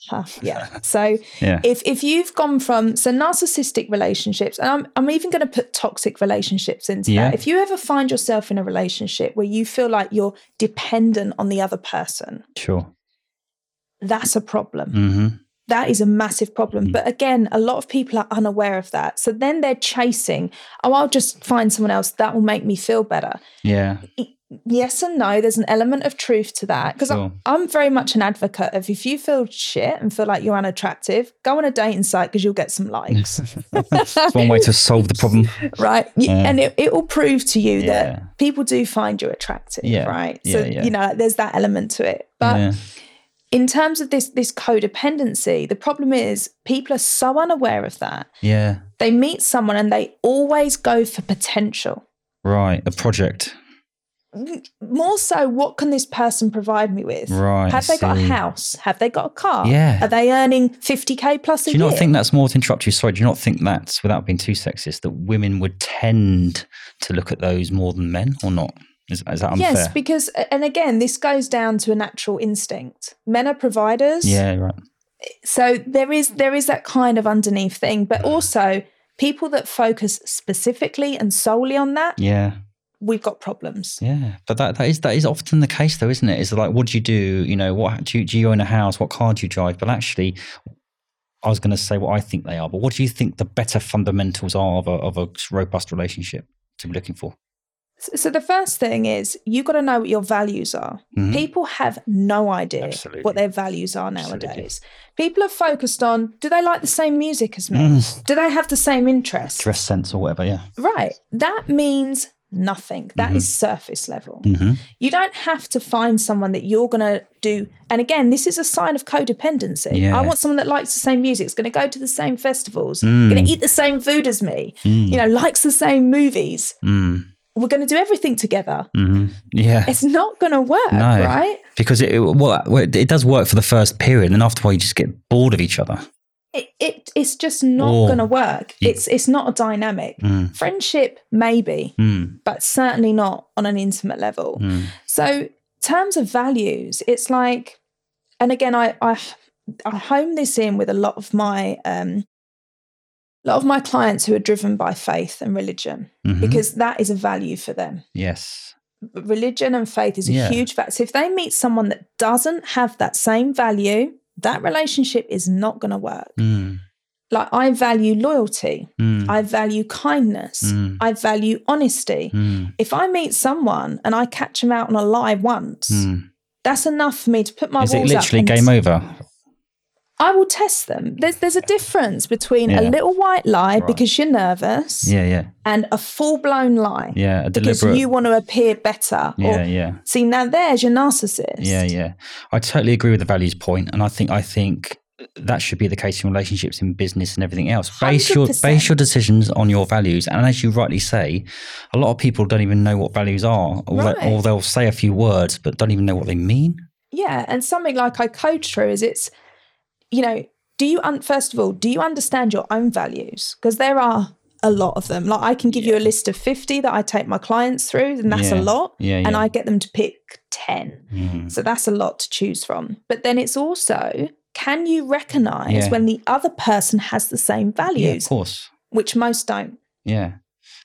Huh, yeah. So
Yeah.
if if you've gone from so narcissistic relationships, and I'm I'm even going to put toxic relationships into
Yeah.
that. If you ever find yourself in a relationship where you feel like you're dependent on the other person,
Sure.
that's a problem.
hmm
That is a massive problem.
Mm.
But again, a lot of people are unaware of that. So then they're chasing, oh, I'll just find someone else that will make me feel better.
Yeah.
Yes and no, there's an element of truth to that. Because
Sure.
I'm very much an advocate of if you feel shit and feel like you're unattractive, go on a dating site because you'll get some likes,
It's one way to solve the problem.
right? Y-
Yeah.
And it, it will prove to you that
Yeah.
people do find you attractive,
Yeah.
right?
Yeah,
so,
yeah.
you know, like, there's that element to it. But
yeah.
in terms of this, this codependency, the problem is people are so unaware of that.
Yeah.
They meet someone and they always go for potential.
Right. A project.
More so, what can this person provide me with?
Right.
Have they got a
see.
house? Have they got a car?
Yeah.
Are they earning 50k plus a
Do you
year?
not think that's more to interrupt you? Sorry, do you not think that's without being too sexist that women would tend to look at those more than men or not? Is, is that unfair?
yes, because and again, this goes down to a natural instinct. Men are providers.
yeah, right.
So there is there is that kind of underneath thing, but
Mm.
also people that focus specifically and solely on that,
Yeah,
we've got problems.
yeah. But that, that is that is often the case, though, isn't it? Is like, what do you do? You know, what do you, do you own a house? What car do you drive? But actually, I was going to say what I think they are. But what do you think the better fundamentals are of a, of a robust relationship to be looking for?
S- So the first thing is you got to know what your values are.
Mhm.
People have no idea
Absolutely.
what their values are nowadays.
Absolutely.
People are focused on do they like the same music as me?
Mm.
Do they have the same interests?
Dress sense or whatever. Yeah.
Right. That means nothing. That is
Mhm.
surface level.
hmm
You don't have to find someone that you're going to do. And again, this is a sign of codependency.
Yeah.
I want someone that likes the same music, is going to go to the same festivals,
Mm.
going to eat the same food as me,
Mm.
you know, likes the same movies.
Mm.
We're going to do everything together.
hmm Yeah.
It's not going to work,
No.
right?
because it, it- well, well, it does work for the first period, and then after a while you just get bored of each other.
It, it it's just not
Or-
going to work.
You-
It's it's not a dynamic.
Oh. Mm,
Friendship maybe,
mm,
but certainly not on an intimate level.
mm.
So, terms of values, it's like, and again, I I, I home this in with a lot of my um, lot of my clients who are driven by faith and religion
mhm.
because that is a value for them.
yes,
Religion and faith is a
Yeah.
huge value. So, if they meet someone that doesn't have that same value, that relationship is not going to work.
mm,
Like, I value loyalty.
mm,
I value kindness.
Mm.
I value honesty.
mm,
If I meet someone and I catch them out on a lie once,
mm.
that's enough for me to put my
is it
walls up.
literally
and-
game over?
I will test them. There's there's a difference between a
Yeah.
little white lie
Right.
because you're nervous
Yeah, yeah,
and a full blown lie
yeah. A
because
deliberate.
you want to appear better.
yeah,
Or,
yeah.
see now there's your narcissist.
Yeah, yeah. I totally agree with the values point, and I think I think that should be the case in relationships, in business, and everything else. Base your
100%.
base your decisions on your values, and as you rightly say, a lot of people don't even know what values are, or,
Right.
they, or they'll say a few words but don't even know what they mean.
Yeah, and something like I coach through is it's, you know, do you un- first of all do you understand your own values because there are a lot of them. Like I can give you a list of fifty that I take my clients through, and that's a
Yeah.
lot.
Yeah, yeah.
And I get them to pick ten.
Mm.
So that's a lot to choose from. But then it's also can you recognize
Yeah.
when the other person has the same
Yeah, of
values,
course.
which most don't?
Yeah.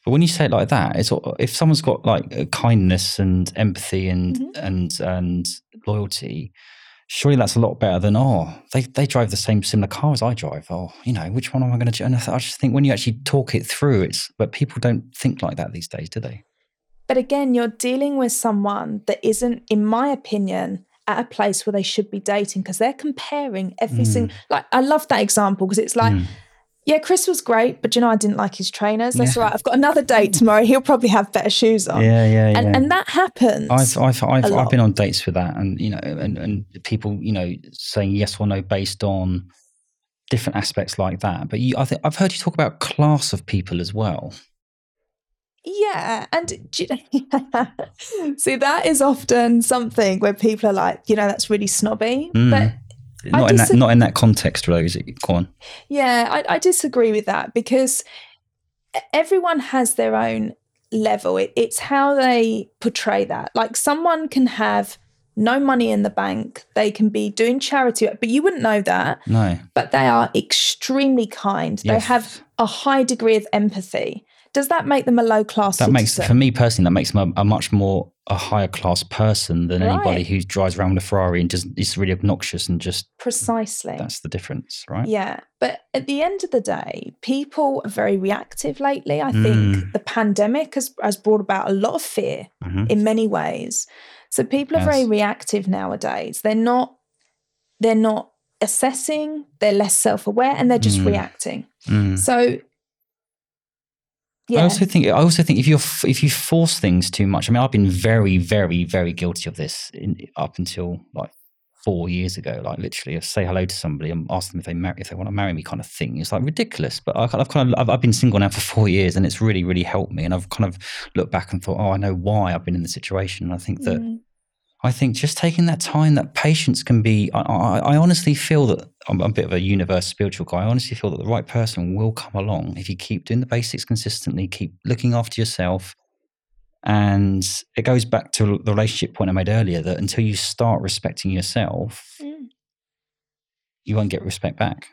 But when you say it like that, it's all- if someone's got like uh, kindness and empathy and
Mhm.
and and loyalty, surely that's a lot better than oh they they drive the same similar car as I drive. Oh, you know which one am I going to? And I, th- I just think when you actually talk it through, it's but people don't think like that these days, do they?
But again, you're dealing with someone that isn't, in my opinion, at a place where they should be dating because they're comparing every
Mm.
single. Like, I love that example because it's like,
Mm.
yeah, Chris was great, but you know, I didn't like his trainers. That's
Yeah.
all right. I've got another date tomorrow. He'll probably have better shoes on.
Yeah, yeah, yeah.
And, and that happens.
I've I've I've, I've
lot.
been on dates with that, and you know, and and people, you know, saying yes or no based on different aspects like that. But you, I think I've heard you talk about class of people as well.
Yeah, and do you- see that is often something where people are like, you know, that's really snobby.
Mm.
But I
not in that
disa-
not in that context, though, is it? Go on.
yeah, I, I disagree with that because e, everyone has their own level. It, it's how they portray that. Like someone can have no money in the bank. They can be doing charity, but you wouldn't know that.
No.
But they are extremely kind.
Yes.
They have a high degree of empathy. Does that make them a low class
That
citizen?
makes for me personally. That makes them a, a much more a higher class person than anybody
Right.
who drives around with a Ferrari and just is really obnoxious and just
Precisely.
that's the difference, right?
Yeah. But at the end of the day, people are very reactive lately. I think
Mm.
the pandemic has, has brought about a lot of fear
Mhm.
in many ways. So people are
Yes.
very reactive nowadays. They're not they're not assessing, they're less self-aware and they're just
Mm.
reacting.
Mm.
So
I
yeah,
also think I also think if you are if you force things too much, I mean, I've been very, very, very guilty of this in, up until like four years ago. Like literally, I say hello to somebody and ask them if they marry, if they want to marry me, kind of thing. It's like ridiculous, but I, I've kind of I've, I've been single now for four years, and it's really, really helped me. And I've kind of looked back and thought, oh, I know why I've been in the situation. And I think that
Mm.
I think just taking that time, that patience can be. I, I, I honestly feel that I'm a bit of a universe spiritual guy. I honestly feel that the right person will come along if you keep doing the basics consistently, keep looking after yourself. And it goes back to the relationship point I made earlier that until you start respecting yourself,
Mm.
you won't get respect back.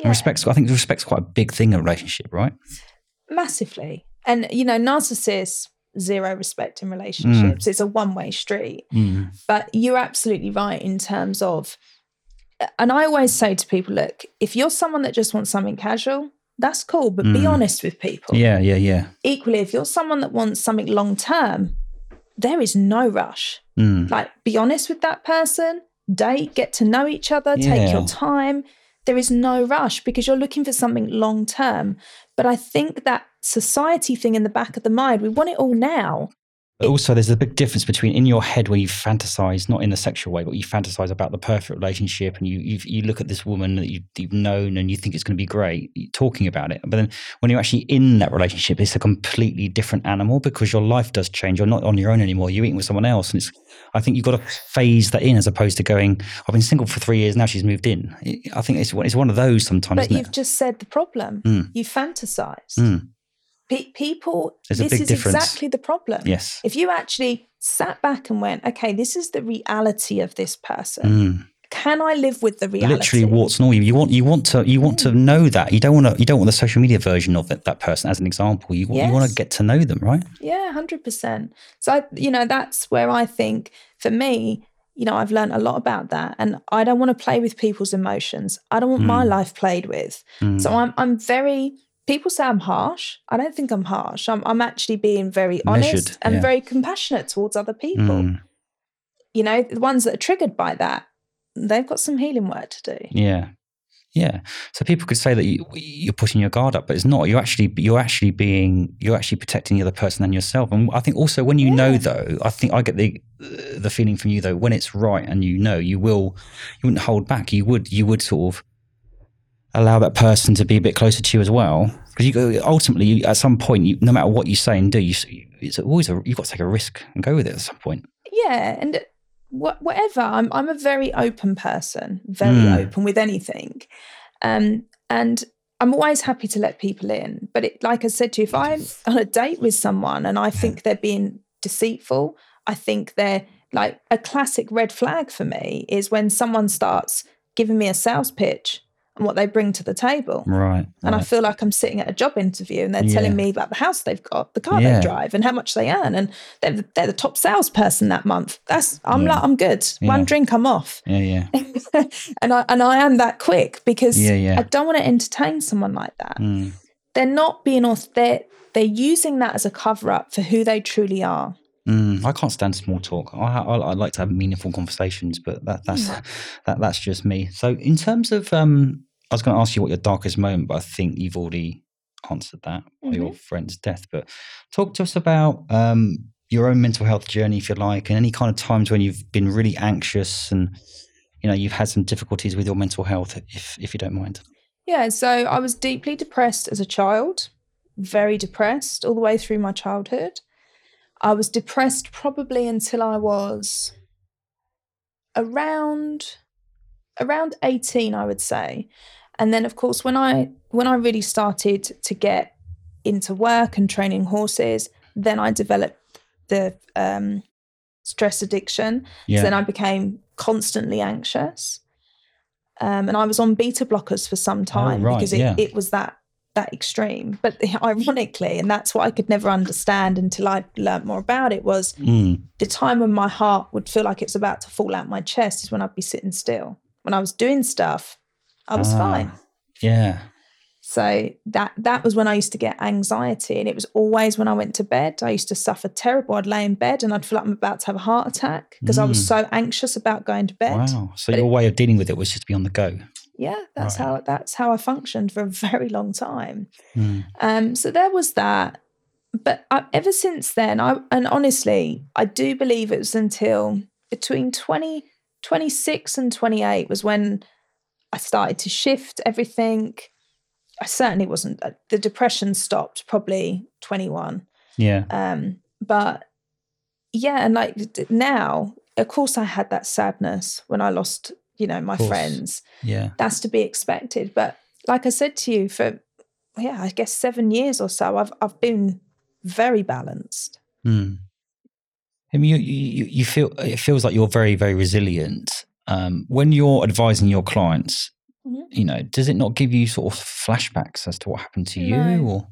Yeah.
And respect's, I think respect's quite a big thing in a relationship, right?
massively. And you know, narcissists zero respect in relationships.
Mm.
It's a one-way street. But you're absolutely right in terms of, and I always say to people, look, if you're someone that just wants something casual, that's cool, but be
Mm.
honest with people.
Yeah, yeah, yeah.
Equally, if you're someone that wants something long term, there is no rush.
Mm.
Like, be honest with that person, date, get to know each other, take
Yeah.
your time. There is no rush because you're looking for something long term. But I think that society thing in the back of the mind, we want it all now.
But also, there's a big difference between in your head where you fantasize, not in a sexual way, but you fantasize about the perfect relationship, and you you you look at this woman that you, you've known and you think it's going to be great, you- talking about it. But then when you're actually in that relationship, it's a completely different animal because your life does change. You're not on your own anymore. You're eating with someone else, and it's. I think you've got to phase that in as opposed to going. I've been single for three years now. She's moved in. I- I think it's one- it's one of those sometimes,
But
isn't
you've
it?
just said the problem.
Mm.
You fantasized.
Mm.
Pe- people,
There's a
this
big
is
difference.
exactly the problem.
Yes.
If you actually sat back and went, okay, this is the reality of this person.
Mm.
Can I live with the reality? Mm.
literally warts and all you. You want you want to you want to know that. You don't want to you don't want the social media version of it, that person as an example. You want you want
Yes.
to get to know them, right?
Yeah, 100%. So, I, you know, that's where I think for me, you know, I've learned a lot about that. And I don't want to play with people's emotions. I don't want my
Mm.
life played with.
Mm.
So I'm, I'm very, people say I'm harsh. I don't think I'm harsh. I'm, I'm actually being very honest
Measured,
and
yeah.
very compassionate towards other people.
Mm.
You know, the ones that are triggered by that, they've got some healing work to do.
Yeah. Yeah. So people could say that you, you're putting your guard up, but it's not. You're actually you're actually being you're actually protecting the other person and yourself. And I think also when you know
Yeah.
though, I think I get the the feeling from you though when it's right and you know, you will you wouldn't hold back. You would you would sort of allow that person to be a bit closer to you as well because you go ultimately you, at some point you, no matter what you say and do you s- it's always a, you've got to take a risk and go with it at some point
yeah and wh- whatever i'm i'm a very open person very
Mm.
open with anything um and i'm always happy to let people in but it, like i said to you if i'm on a date with someone and i think they're being deceitful i think they're like a classic red flag for me is when someone starts giving me a sales pitch and what they bring to the table
right
and I
right.
feel like I'm sitting at a job interview and they're telling
Yeah.
me about the house they've got, the car
Yeah.
they drive, and how much they earn, and they're the, they're the top salesperson that month. That's I'm
Yeah.
like I'm good. One
Yeah.
drink, I'm off,
yeah yeah
and I and I am that quick because
Yeah, yeah.
I don't want to entertain someone like that.
Mm.
They're not being off. They're they're using that as a cover up for who they truly are.
Mm. I can't stand small talk. I, I I like to have meaningful conversations, but that that's that that's just me. So in terms of um, I was going to ask you what your darkest moment, but I think you've already answered that by
Mm-hmm.
your friend's death. But talk to us about um your own mental health journey, if you like, and any kind of times when you've been really anxious and you know you've had some difficulties with your mental health, if if you don't mind.
Yeah, so I was deeply depressed as a child, very depressed all the way through my childhood. I was depressed probably until I was around around 18 I would say. And then of course when I when I really started to get into work and training horses, then I developed the um stress addiction.
Yeah.
So then I became constantly anxious. Um, and I was on beta blockers for some time
Oh, right,
because it,
yeah.
it was that that extreme. But ironically, and that's what I could never understand until I learned more about it, was
Mm.
the time when my heart would feel like it's about to fall out my chest is when I'd be sitting still. When I was doing stuff, I was
Ah.
fine.
Yeah.
So that that was when I used to get anxiety, and it was always when I went to bed. I used to suffer terrible. I'd lay in bed and I'd feel like I'm about to have a heart attack because I was
Mm.
so anxious about going to bed.
Wow. So
But
your
it-
way of dealing with it was just to be on the go.
Yeah, that's
Right.
how that's how I functioned for a very long time.
Mm.
Um, so there was that. But I, ever since then, I and honestly, I do believe it was until between 20, 26 and 28 was when I started to shift everything. I certainly wasn't, uh, the depression stopped probably 21.
Yeah.
Um, but yeah, and like d- now, of course, I had that sadness when I lost, you know, my
course.
friends
Yeah.
that's to be expected. But like I said to you, for yeah, I guess seven years or so, I've I've been very balanced.
Mm. I mean, you, you, you feel it feels like you're very, very resilient. Um, when you're advising your clients,
Mhm.
you know, does it not give you sort of flashbacks as to what happened to you,
No.
or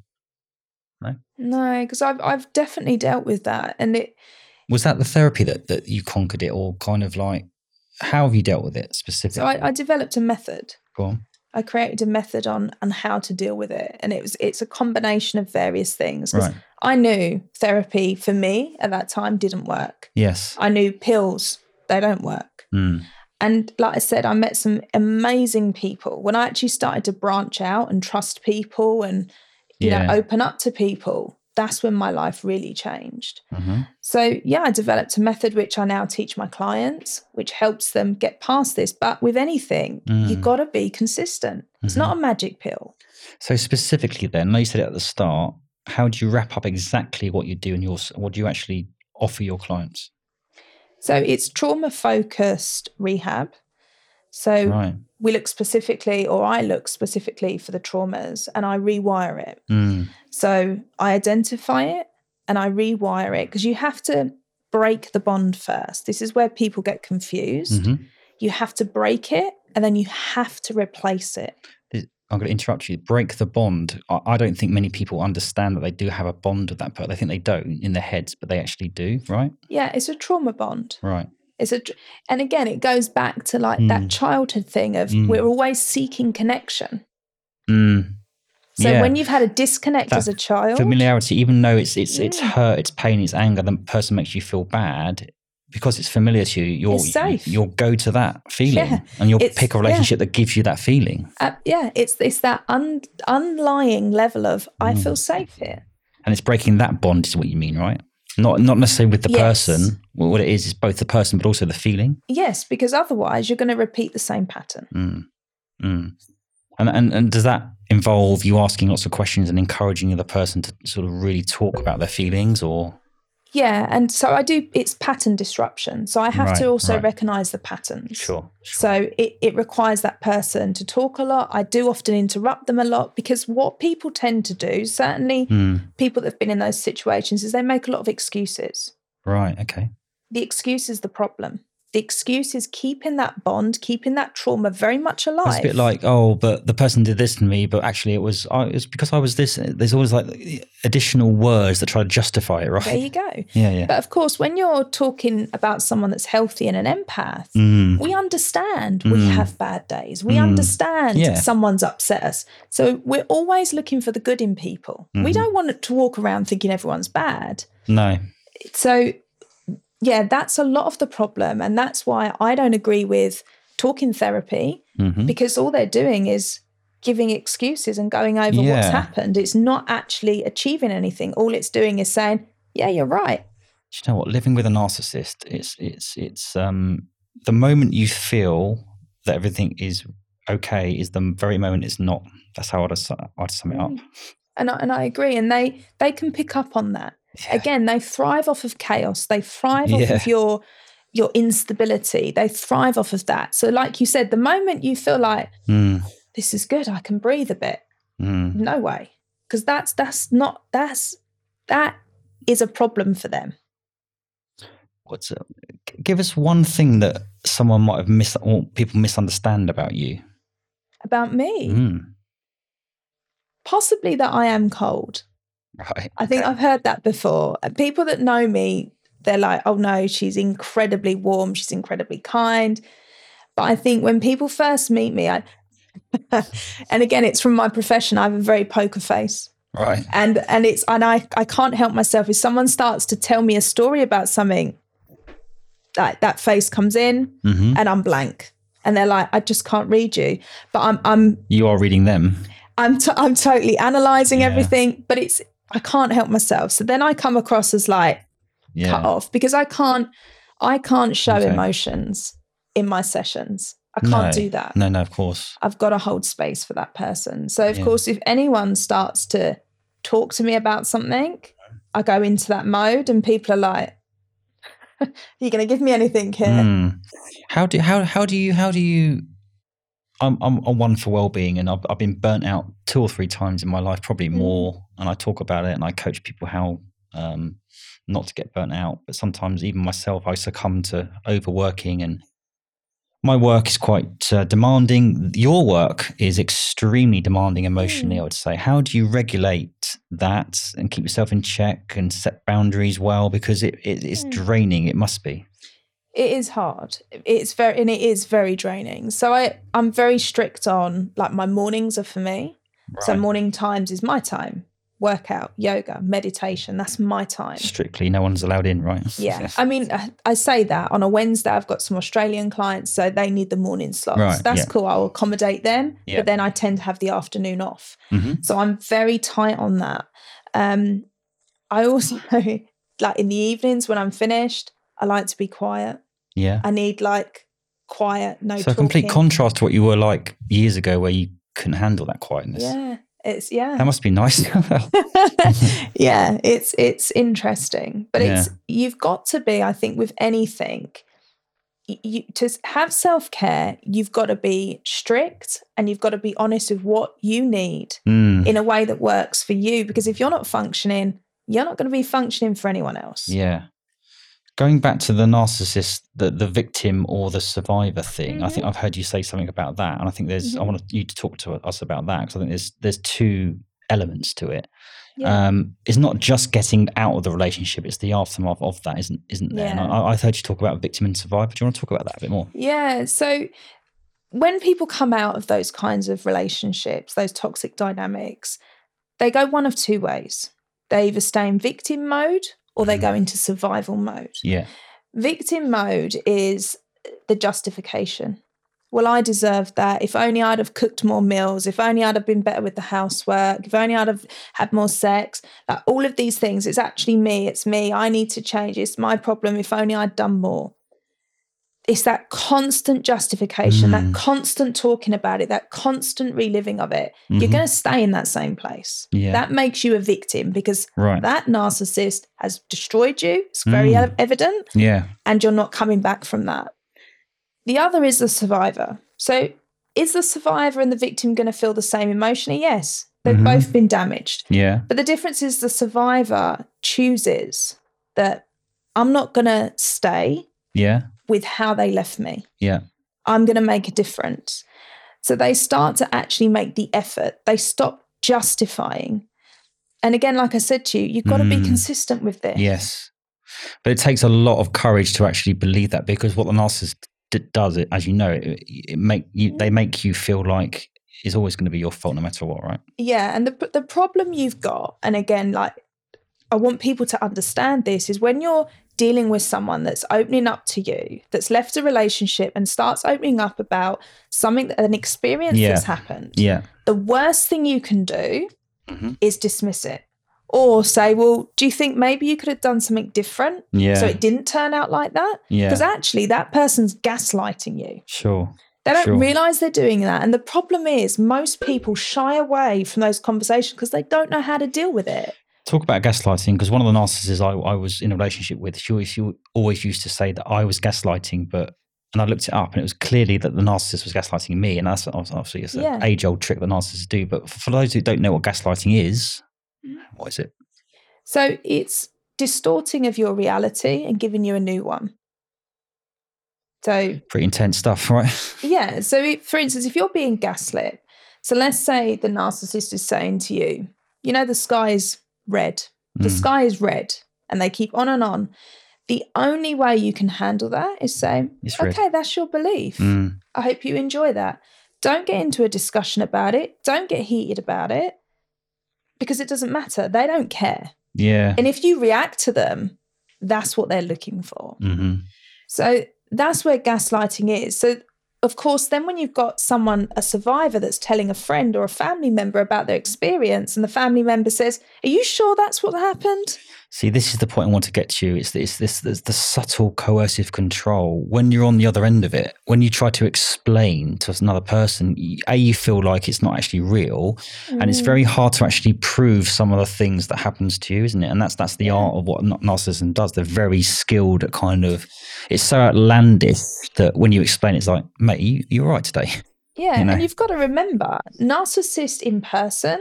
No, because I've I've definitely dealt with that, and it
was that the therapy that that you conquered it, or kind of like how have you dealt with it specifically?
so I, I developed a method.
Go on.
I created a method on on how to deal with it, and it was it's a combination of various things. 'Cause
Right.
I knew therapy for me at that time didn't work.
Yes.
I knew pills they don't work.
Mm.
And like I said, I met some amazing people. When I actually started to branch out and trust people and you
Yeah.
know open up to people, that's when my life really changed.
Mhm.
So yeah, I developed a method which I now teach my clients, which helps them get past this. But with anything, you
Mm. Mm-hmm.
got to be consistent. It's not a magic pill.
So specifically, then, like you said it at the start, how do you wrap up exactly what you do and your what do you actually offer your clients?
So it's trauma focused rehab. So
Right.
we look specifically, or I look specifically for the traumas, and I rewire it.
Mm.
So I identify it and I rewire it because you have to break the bond first. This is where people get confused.
Mhm.
You have to break it and then you have to replace it.
I'm going to interrupt you. Break the bond. I, I don't think many people understand that they do have a bond with that person. They think they don't in their heads, but they actually do. Right.
Yeah, it's a trauma bond.
Right.
It's a tr- and again it goes back to like that
Mm.
childhood thing of
Mm.
we're always seeking connection.
Mm.
So
Yeah.
when you've had a disconnect
That
as a child,
Familiarity, even though it's it's it's
Mm.
hurt, it's pain, it's anger, the person makes you feel bad because it's familiar to you. You'll
It's safe.
you'll go to that feeling,
Yeah.
and you'll
It's-
pick a
yeah.
relationship that gives you that feeling.
uh, yeah, it's it's that un, unlying level of I
Mm.
feel safe here.
and it's breaking that bond is what you mean right not not necessarily with the
Yes.
person well, what it is is both the person but also the feeling
Yes, because otherwise you're going to repeat the same pattern.
mm. Mm. And, and and does that involve you asking lots of questions and encouraging the other person to sort of really talk about their feelings or
Yeah, and so I do. It's pattern disruption, so I have
Right,
to also
right.
recognise the patterns.
sure, sure.
So it, it requires that person to talk a lot. I do often interrupt them a lot because what people tend to do, certainly
Mm.
people that have been in those situations, is they make a lot of excuses.
right okay
The excuse is the problem. The excuse is keeping that bond, keeping that trauma very much alive.
it's a bit like oh but the person did this to me but actually it was I, it was because i was this there's always like additional words that try to justify it right
there you go.
yeah yeah
But of course, when you're talking about someone that's healthy and an empath,
Mm.
we understand we
Mm.
have bad days. We
Mm.
understand
Yeah.
someone's upset us. So we're always looking for the good in people. We
Mhm.
don't want it to walk around thinking everyone's bad.
no
So, yeah, that's a lot of the problem. And that's why I don't agree with talking therapy
Mhm.
because all they're doing is giving excuses and going over what's
Yeah.
happened. It's not actually achieving anything. All it's doing is saying, yeah, you're right.
Do you know what? Living with a narcissist, it's it's it's um the moment you feel that everything is okay is the very moment it's not. That's how I'd, su- I'd sum it up.
Mm. and I, and I agree. And they they can pick up on that.
Yeah.
Again, they thrive off of chaos. They thrive off
Yeah.
of your your instability. They thrive off of that. So, like you said, the moment you feel like
Mm,
this is good, I can breathe a bit.
mm.
No way, because that's that's not that's that is a problem for them.
what's uh, g- give us one thing that someone might have missed or people misunderstand about you.
about me.
Mm,
Possibly that I am cold.
right.
I think I've heard that before. And People that know me, they're like, oh no, she's incredibly warm, she's incredibly kind. But I think when people first meet me, I, and again, it's from my profession, I have a very poker face.
Right.
And and it's and I, I can't help myself. If someone starts to tell me a story about something, like that face comes in
hmm
and I'm blank. And they're like, I just can't read you. But I'm I'm
You are reading them.
I'm t- I'm totally analyzing
Yeah.
everything, but it's I can't help myself. So then I come across as like cut
Yeah.
off because I can't I can't show
Okay.
emotions in my sessions. I can't
No.
do that.
No, no, of course.
I've got to hold space for that person. So of
Yeah.
course, if anyone starts to talk to me about something, I go into that mode, and people are like, "Are you going to give me anything here?"
Mm. How do how how do you how do you? I'm I'm a one for well being, and I've I've been burnt out two or three times in my life, probably
Mm.
more. And I talk about it, and I coach people how um, not to get burnt out. But sometimes even myself, I succumb to overworking, and my work is quite uh, demanding. Your work is extremely demanding emotionally.
Mm.
I would say. How do you regulate that and keep yourself in check and set boundaries well? Because it, it it's
Mm.
draining. It must be.
it is hard it's very and it is very draining so i i'm very strict on like my mornings are for me so
Right.
morning times is my time workout yoga meditation that's my time
Strictly, no one's allowed in, right?
yeah i mean I, I say that on a wednesday i've got some australian clients so they need the morning slots
Right,
that's
yeah.
cool i'll accommodate them
Yeah.
but then i tend to have the afternoon off
Mhm.
so I'm very tight on that. Um, I also like in the evenings when I'm finished, I like to be quiet.
Yeah.
I need like quiet, no
so, a
talking.
complete contrast to what you were like years ago, where you couldn't handle that quietness.
Yeah, it's yeah,
That must be nice.
yeah. It's it's interesting, but it's you've got to be. I think with anything. y- You, to s- have self care, you've got to be strict and you've got to be honest with what you need
Mm.
in a way that works for you. Because if you're not functioning, you're not going to be functioning for anyone else.
Yeah. Going back to the narcissist, the, the victim or the survivor thing, I think
Mm-hmm.
I've heard you say something about that. And I think there's, I
Mhm.
want you to talk to us about that because I think there's, there's two elements to it.
Yeah.
um, it's not just getting out of the relationship; it's the aftermath of that, isn't isn't there? And
Yeah.
I, I've heard you talk about victim and survivor. Do you want to talk about that a bit more?
yeah. So when people come out of those kinds of relationships, those toxic dynamics, they go one of two ways. They either stay in victim mode or they
Mhm.
go into survival mode.
Yeah,
Victim mode is the justification. Well, I deserve that. If only I'd have cooked more meals, if only I'd have been better with the housework, if only I'd have had more sex, like all of these things. It's actually me, it's me. I need to change. It's my problem. If only I'd done more. It's that constant justification,
Mm.
that constant talking about it, that constant reliving of it. You're
Mhm.
going to stay in that same place.
yeah,
That makes you a victim because
right,
that narcissist has destroyed you. It's very
Mm.
ev- evident
yeah,
and you're not coming back from that. The other is the survivor. So, is the survivor and the victim going to feel the same emotionally? Yes, they've
Mhm.
both been damaged.
yeah,
But the difference is the survivor chooses that I'm not going to stay
yeah,
with how they left me.
yeah,
I'm going to make a difference. So they start to actually make the effort. They stop justifying. And again, like I said to you, you've got to be
Mm.
consistent with this.
yes. But it takes a lot of courage to actually believe that because what the narcissist d- does, it as you know, it, it make you
Mm-hmm.
they make you feel like it's always going to be your fault no matter what, right?
Yeah, and the the problem you've got, and again, like I want people to understand this, is when you're dealing with someone that's opening up to you, that's left a relationship and starts opening up about something, an experience
Yeah.
that's happened.
Yeah,
The worst thing you can do
Mhm.
is dismiss it, or say, "Well, do you think maybe you could have done something different
yeah,
so it didn't turn out like that?"
yeah,
Because actually, that person's gaslighting you.
sure,
They don't
Sure.
realize they're doing that. And the problem is, most people shy away from those conversations because they don't know how to deal with it.
Talk about gaslighting because one of the narcissists I, I was in a relationship with, she, always- she always used to say that I was gaslighting, but and I looked it up and it was clearly that the narcissist was gaslighting me, and that's obviously it's an
Yeah.
age old trick that narcissists do. But for those who don't know what gaslighting is,
Mhm.
what is it?
So it's distorting of your reality and giving you a new one. So,
Pretty intense stuff, right?
yeah. So, if, for instance, if you're being gaslit, so let's say the narcissist is saying to you, you know, the sky is red, the
Mm.
sky is red, and they keep on and on. The only way you can handle that is say,
It's red.
okay, that's your belief.
Mm.
I hope you enjoy that. Don't get into a discussion about it. Don't get heated about it because it doesn't matter. They don't care.
Yeah.
And if you react to them, that's what they're looking for.
hmm
So that's where gaslighting is. So, of course, then when you've got someone, a survivor, that's telling a friend or a family member about their experience, and the family member says, Are you sure that's what happened?
See, this is the point I want to get to. It's it's this, this the subtle coercive control. When you're on the other end of it, when you try to explain to another person, you- a you feel like it's not actually real, and it's
Mm.
very hard to actually prove some of the things that happens to you, isn't it? And that's that's the
Yeah.
art of what na- narcissism does. They're very skilled at kind of. It's so outlandish that when you explain, it, it's like, mate, you, you're right today.
Yeah,
you know.
and you've got to remember, narcissists in person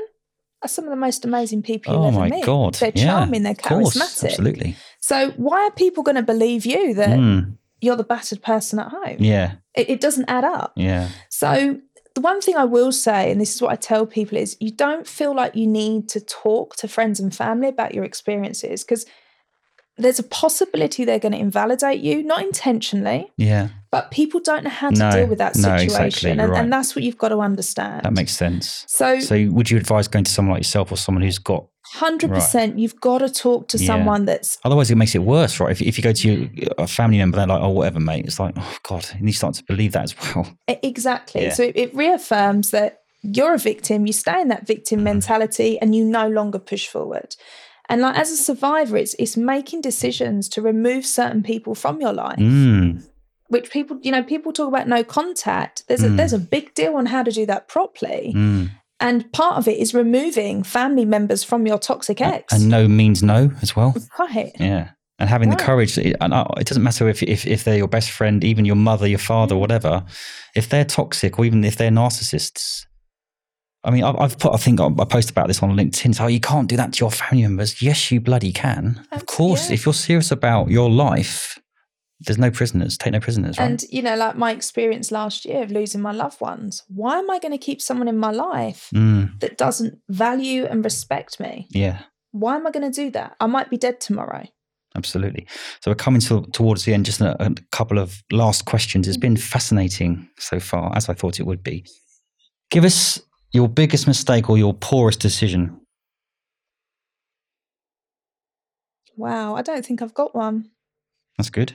are some of the most amazing people you'll
oh
ever
my
meet.
god,
They're
yeah,
charming, they're
of course,
charismatic.
absolutely.
So why are people going to believe you that
Mm,
you're the battered person at home?
yeah,
It, it doesn't add up.
yeah.
So the one thing I will say, and this is what I tell people, is you don't feel like you need to talk to friends and family about your experiences because there's a possibility they're going to invalidate you, not intentionally,
Yeah,
but people don't know how to
No,
deal with that
no,
situation,
exactly,
and,
you're right.
and that's what you've got to understand.
that makes sense.
so
So, would you advise going to someone like yourself or someone who's got?
Hundred percent. You've got to talk to
Yeah.
someone that's
Otherwise, it makes it worse, right? If, if you go to a family member, they're like, "Oh, whatever, mate." It's like, "Oh God," and you start to believe that as well.
e- exactly.
Yeah.
So it, it reaffirms that you're a victim. You stay in that victim
Mm-hmm.
mentality, and you no longer push forward. And like as a survivor, it's it's making decisions to remove certain people from your life.
Mm,
Which people, you know, people talk about no contact. There's a
Mm.
there's a big deal on how to do that properly,
mm.
and part of it is removing family members from your toxic ex.
And no means no as well.
right.
Yeah. And having the
Right.
courage, and I- it doesn't matter if, if, if they're your best friend, even your mother, your father,
Mm.
whatever, if they're toxic or even if they're narcissists. I mean, I've, I've put, I think I I posted about this on LinkedIn. So, oh, you can't do that to your family members. Yes, you bloody can.
Abs-
of course,
yeah.
if you're serious about your life, there's no prisoners. Take no prisoners, right?
And you know, like my experience last year of losing my loved ones. Why am I going to keep someone in my life
Mm,
that doesn't value and respect me?
yeah,
Why am I going to do that? I might be dead tomorrow.
absolutely. So, we're coming to, towards the end. Just a, a couple of last questions. It's been fascinating so far, as I thought it would be. Give us your biggest mistake or your poorest decision.
Wow, I don't think I've got one.
That's good.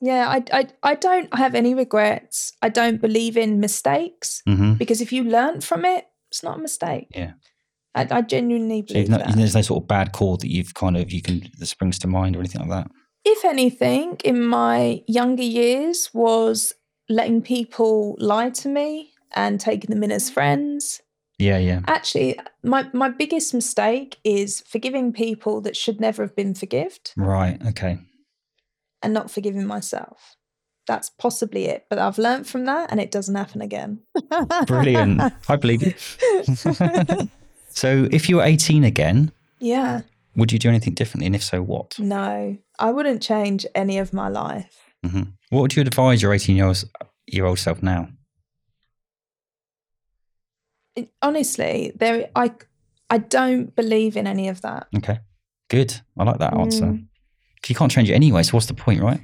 Yeah, I I, I don't have any regrets. I don't believe in mistakes
Mm-hmm.
because if you learn from it, it's not a mistake.
Yeah.
I, I genuinely
So you've
believe
no,
that.
there's no sort of bad call that you've kind of you can that springs to mind or anything like that.
if anything, in my younger years, was letting people lie to me and taking them in as friends.
Yeah, yeah.
Actually, my, my biggest mistake is forgiving people that should never have been forgived
Right. Okay.
and not forgiving myself. That's possibly it, but I've learned from that and it doesn't happen again.
Brilliant. I believe it. so if you were 18 again,
yeah,
would you do anything differently? And if so, what?
no, I wouldn't change any of my life.
hmm What would you advise your 18 year old year old self now?
It- honestly, there, I, I don't believe in any of that.
Okay. Good. I like that answer.
Mm.
'Cause You can't change it anyway. So what's the point, right?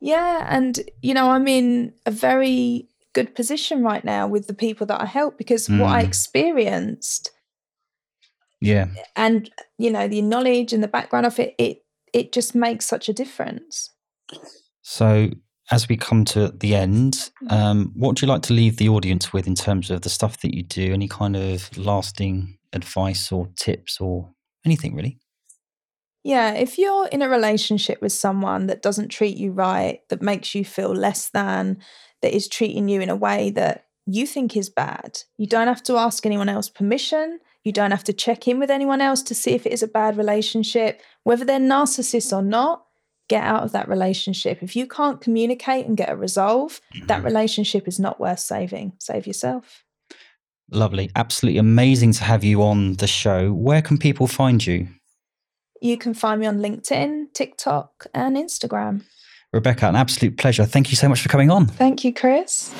Yeah, and you know, I'm in a very good position right now with the people that I help because what I
Mm.
experienced
Yeah.
and you know, the knowledge and the background of it, it it just makes such a difference.
So, as we come to the end, um, what would you like to leave the audience with in terms of the stuff that you do? Any kind of lasting advice or tips or anything really?
Yeah, if you're in a relationship with someone that doesn't treat you right, that makes you feel less than, that is treating you in a way that you think is bad, you don't have to ask anyone else permission. You don't have to check in with anyone else to see if it is a bad relationship. Whether they're narcissists or not, get out of that relationship. If you can't communicate and get a resolve, that relationship is not worth saving. Save yourself.
Lovely. Absolutely amazing to have you on the show. Where can people find you?
You can find me on LinkedIn, TikTok, and Instagram.
Rebecca, an absolute pleasure. Thank you so much for coming on.
Thank you, Chris.